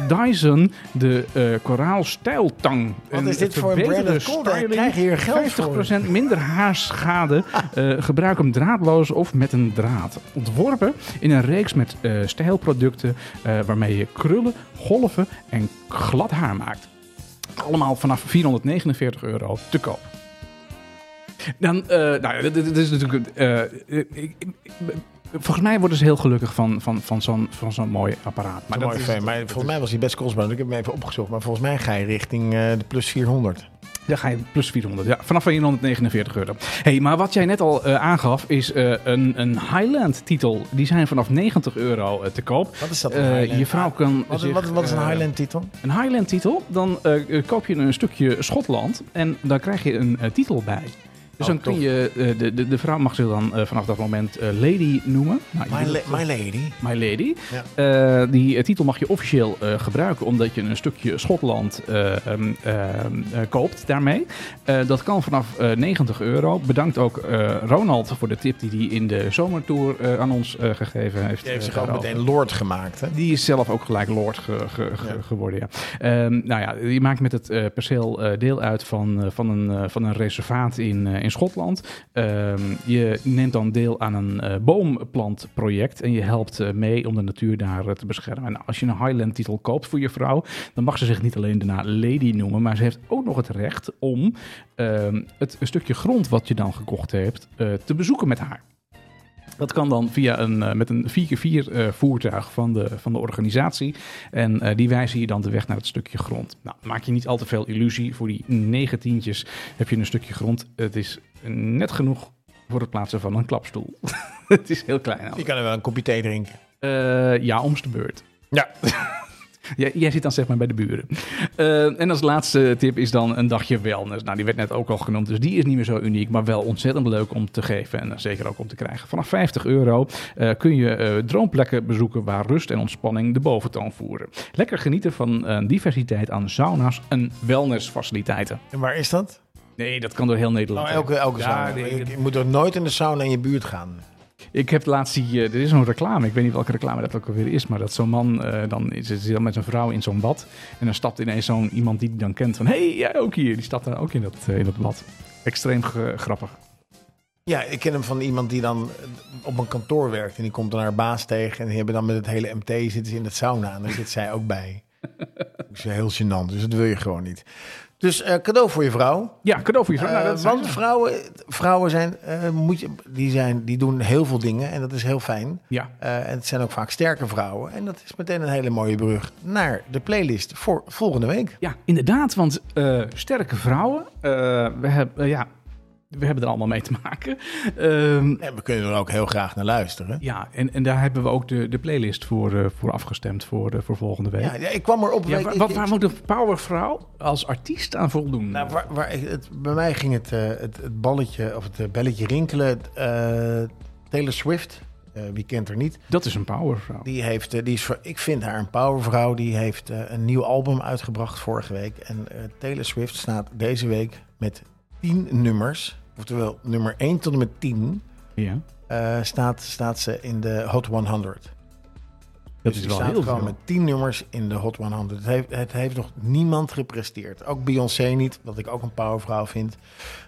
B: eh, Dyson, de eh koraal stijltang.
A: Wat is dit voor een
B: verbeterde
A: branded cool? Daar
B: styling,
A: krijg je hier geld voor.
B: 50% minder haarschade. Eh, gebruik hem draadloos of met een draad. Ontworpen in een reeks met eh, stijlproducten eh, waarmee je krullen, golven en glad haar maakt. Allemaal vanaf 449 euro te koop. Dan, eh, nou, ja, dit, dit is natuurlijk. eh, eh, ik- ik- ik- volgens mij worden ze heel gelukkig van, van, van zo'n van zo'n mooi apparaat. Maar
A: Maar,
B: dat is,
A: maar volgens mij was die best kostbaar. want Ik heb hem even opgezocht. Maar volgens mij ga je richting eh, de plus 400.
B: Dan ga je plus 400. Ja, vanaf 449 euro. hey, maar wat jij net al eh, aangaf is eh, een, een Highland-titel. Die zijn vanaf 90 euro eh, te koop.
A: Wat is dat?
B: Eh, je vrouw kan
A: Wat,
B: zich,
A: wat, wat is een
B: eh,
A: Highland-titel?
B: een Highland-titel, dan eh, eh, koop je een stukje Schotland en daar krijg je een eh, titel bij. Dus
A: Oh,
B: dan kun je, eh, de, de, de vrouw mag ze dan eh, vanaf dat moment eh, Lady noemen. Nou, je
A: My,
B: doet
A: la-
B: het, eh,
A: my Lady.
B: My Lady. Eh, die eh, titel mag je officieel eh, gebruiken omdat je een stukje Schotland eh, ehm, ehm, eh, koopt daarmee. Eh, dat kan vanaf eh, 90 euro. Bedankt ook eh, Ronald voor de tip die hij in de zomertour eh, aan ons eh, gegeven heeft.
A: Die heeft
B: eh,
A: zich ook
B: daarover.
A: meteen Lord gemaakt. Hè?
B: Die is zelf ook gelijk Lord ge- ge- ge- geworden. Ja. Ehm, nou ja, die maakt met het eh, perceel eh, deel uit van, eh, van, een, eh, van een reservaat in, eh, in Schotland. Ehm, je neemt dan deel aan een eh, boomplantproject en je helpt eh, mee om de natuur daar eh, te beschermen. En als je een Highland-titel koopt voor je vrouw, dan mag ze zich niet alleen daarna Lady noemen, maar ze heeft ook nog het recht om ehm, het stukje grond wat je dan gekocht hebt eh, te bezoeken met haar. Dat kan dan via een, eh, met een 4x4 eh, voertuig van de, van de organisatie. En eh, die wijzen je dan de weg naar het stukje grond. Nou, maak je niet al te veel illusie. Voor die negentientjes heb je een stukje grond. Het is net genoeg voor het plaatsen van een klapstoel. het is heel klein. al.
A: Je kan er wel een kopje thee drinken.
B: Eh, ja, om's de beurt.
A: Ja.
B: Jij, jij zit dan zeg maar bij de buren. Eh, en als laatste tip is dan een dagje wellness. Nou, die werd net ook al genoemd, dus die is niet meer zo uniek, maar wel ontzettend leuk om te geven en eh, zeker ook om te krijgen. Vanaf 50 euro eh, kun je eh, droomplekken bezoeken waar rust en ontspanning de boventoon voeren. Lekker genieten van een diversiteit aan sauna's en wellnessfaciliteiten.
A: En waar is dat?
B: Nee, dat kan door heel Nederland.
A: Oh, elke elke
B: Ja,
A: sauna.
B: nee,
A: je,
B: dat-
A: je moet er nooit in de sauna in je buurt gaan.
B: Ik heb laatst die, eh, er is zo'n reclame, ik weet niet welke reclame dat ook alweer is, maar dat zo'n man, eh, dan is- zit dan met zijn vrouw in zo'n bad en dan stapt ineens zo'n iemand die hij dan kent van, hé, hey, jij ook hier, die stapt dan ook in dat, eh, in dat bad. Extreem ge- grappig.
A: Ja, ik ken hem van iemand die dan eh, op een kantoor werkt. En die komt dan haar baas tegen. En die hebben dan met het hele MT zitten ze in het sauna. En daar zit zij ook bij. Dat is heel gênant, dus dat wil je gewoon niet. Dus eh, cadeau voor je vrouw.
B: Ja, cadeau voor je vrouw. Nou, dat
A: Eh,
B: zijn
A: want
B: ze.
A: vrouwen, vrouwen zijn, eh, moet je, die zijn, die doen heel veel dingen en dat is heel fijn.
B: Ja,
A: Eh, en het zijn ook vaak sterke vrouwen. En dat is meteen een hele mooie brug naar de playlist voor volgende week.
B: ja, inderdaad, want eh, sterke vrouwen, eh, we, hebben, eh, ja, we hebben er allemaal mee te maken. Ehm,
A: En we kunnen er ook heel graag naar luisteren.
B: ja, en, en daar hebben we ook de, de playlist voor, eh, voor afgestemd voor, eh, voor volgende week.
A: Ja, ja, ik kwam erop.
B: Ja,
A: ik-
B: waar,
A: ik-
B: wat,
A: ik-
B: waar moet een powervrouw als artiest aan voldoen?
A: nou, waar- waar ik- het, bij mij ging het, eh, het, het balletje of het eh, belletje rinkelen. eh, Taylor Swift, eh, wie kent er niet.
B: Dat is een powervrouw.
A: Die heeft, eh, die is, voor- ik vind haar een powervrouw. Die heeft eh, een nieuw album uitgebracht vorige week. En eh, Taylor Swift staat deze week met 10 nummers. Oftewel, nummer 1 tot en met 10
B: Ja.
A: eh, staat, staat ze in de Hot 100.
B: Dat
A: Dus
B: is
A: die
B: wel
A: staat
B: heel
A: gewoon
B: veel.
A: met 10 nummers in de Hot 100. Het heeft, het heeft nog niemand gepresteerd. Ook Beyoncé niet, wat ik ook een powervrouw vind.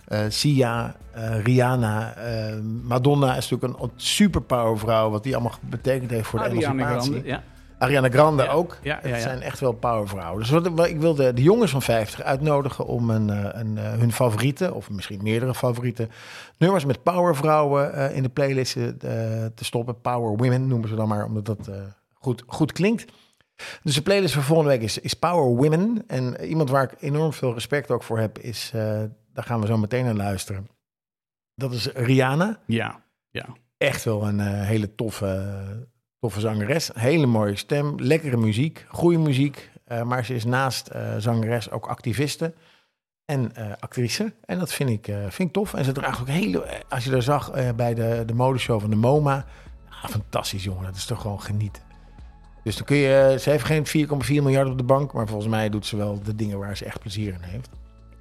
A: Eh, Sia, eh, Rihanna, eh, Madonna is natuurlijk een super powervrouw. Wat die allemaal betekend heeft voor de
B: Ariana
A: emancipatie.
B: Grande, ja.
A: Ariana Grande
B: Ja,
A: ook.
B: ja, ja,
A: Het
B: ja.
A: zijn echt wel powervrouwen. Dus wat, wat- ik wil de, de jongens van 50 uitnodigen om een, eh, een, eh, hun favoriete, of misschien meerdere favoriete, nummers met powervrouwen eh, in de playlisten eh, te stoppen. Power Women noemen ze dan maar, omdat dat eh, goed, goed klinkt. Dus de playlist voor volgende week is, is Power Women. En iemand waar ik enorm veel respect ook voor heb, is, eh, daar gaan we zo meteen naar luisteren. Dat is Rihanna
B: Ja.
A: echt wel een eh, hele toffe, toffe zangeres. Hele mooie stem, lekkere muziek, goede muziek. Eh, maar ze is naast eh, zangeres ook activiste en eh, actrice. En dat vind ik, eh, vind ik tof. En ze draagt ook hele... eh, Als je daar zag eh, bij de, de modeshow van de MoMA... ah, fantastisch, jongen. Dat is toch gewoon genieten. Dus dan kun je... eh, Ze heeft geen 4,4 miljard op de bank... maar volgens mij doet ze wel de dingen waar ze echt plezier in heeft.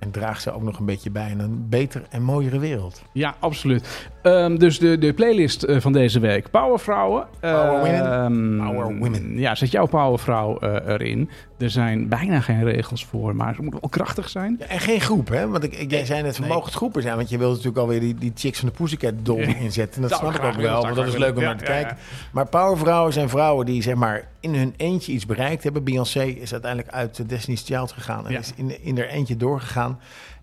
A: En draagt ze ook nog een beetje bij in een beter en mooiere wereld.
B: Ja, absoluut. Ehm, dus de, de playlist eh, van deze week. Powervrouwen.
A: Power women.
B: Ehm,
A: Power women.
B: Ja, zet jouw powervrouw eh, erin. Er zijn bijna geen regels voor, maar ze moeten wel krachtig zijn.
A: Ja, en geen groep, hè? Want ik, ik, jij zei net, we mogen het groepen zijn. Want je wilt natuurlijk alweer die, die chicks van de Pussycat doll inzetten. En dat
B: Dat
A: snap ik
B: graag
A: ook
B: willen,
A: wel, want
B: dat
A: dat is
B: graag
A: leuk om
B: willen.
A: naar te
B: Ja, ja,
A: kijken. Maar powervrouwen zijn vrouwen die zeg maar in hun eentje iets bereikt hebben. Beyoncé is uiteindelijk uit eh, Destiny's Child gegaan en
B: Ja.
A: is in, in haar eentje doorgegaan.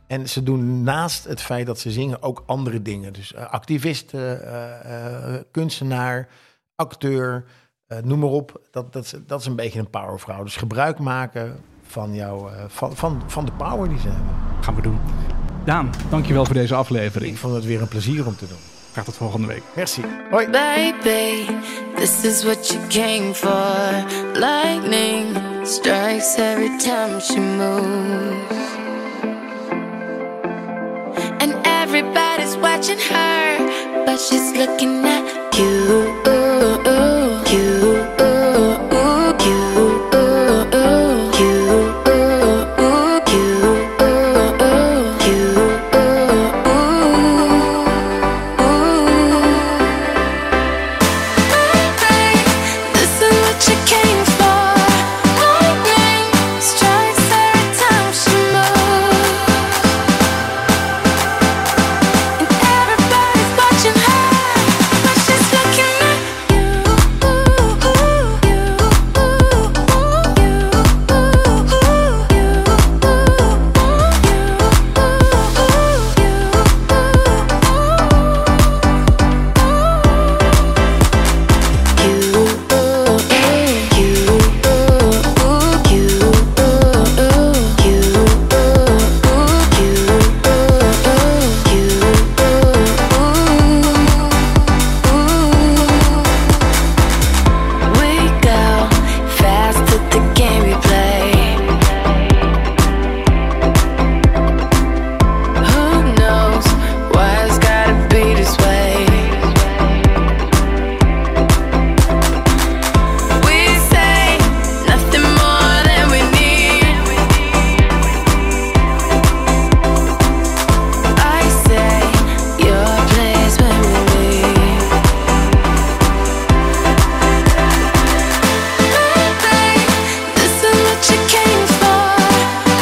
A: En ze doen naast het feit dat ze zingen ook andere dingen. Dus eh, activisten, eh, eh, kunstenaar, acteur, eh, noem maar op. Dat, dat, is, dat is een beetje een powervrouw. Dus gebruik maken van, jouw, eh, van, van, van de power die ze hebben.
B: Gaan we doen. Daan, dankjewel voor deze aflevering.
A: Ik vond het weer een plezier om te doen.
B: Graag tot volgende week.
A: Merci. Hoi.
F: Baby, this is what you came for. Lightning strikes every time she moves. And everybody's watching her, but she's looking at you. You. You. You. You. You. This is what you came for. Lightning strikes every time she moves, and everybody's watching her, but she's looking at you, Who knows why it's gotta be this way? We say nothing more than we need. I say your place when we leave. This is what you came for.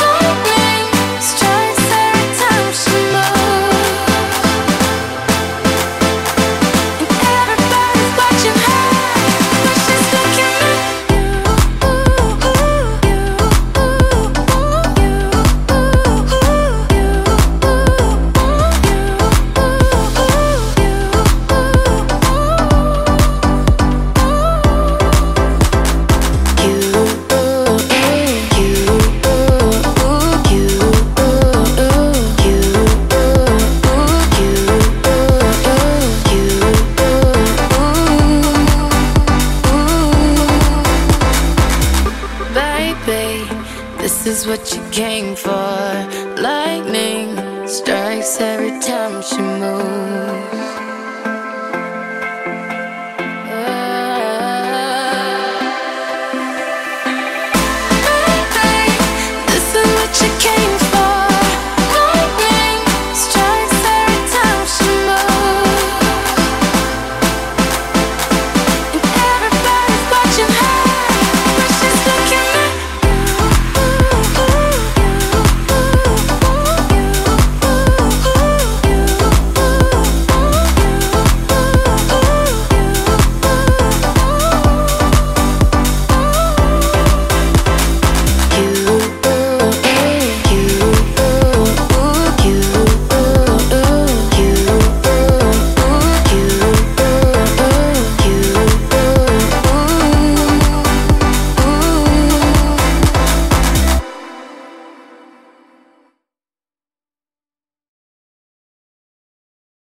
F: Lightning strikes every time she moves. Everybody's watching her, but she's looking at you. Baby, this is what you came for. Lightning strikes every time she moves. Oh.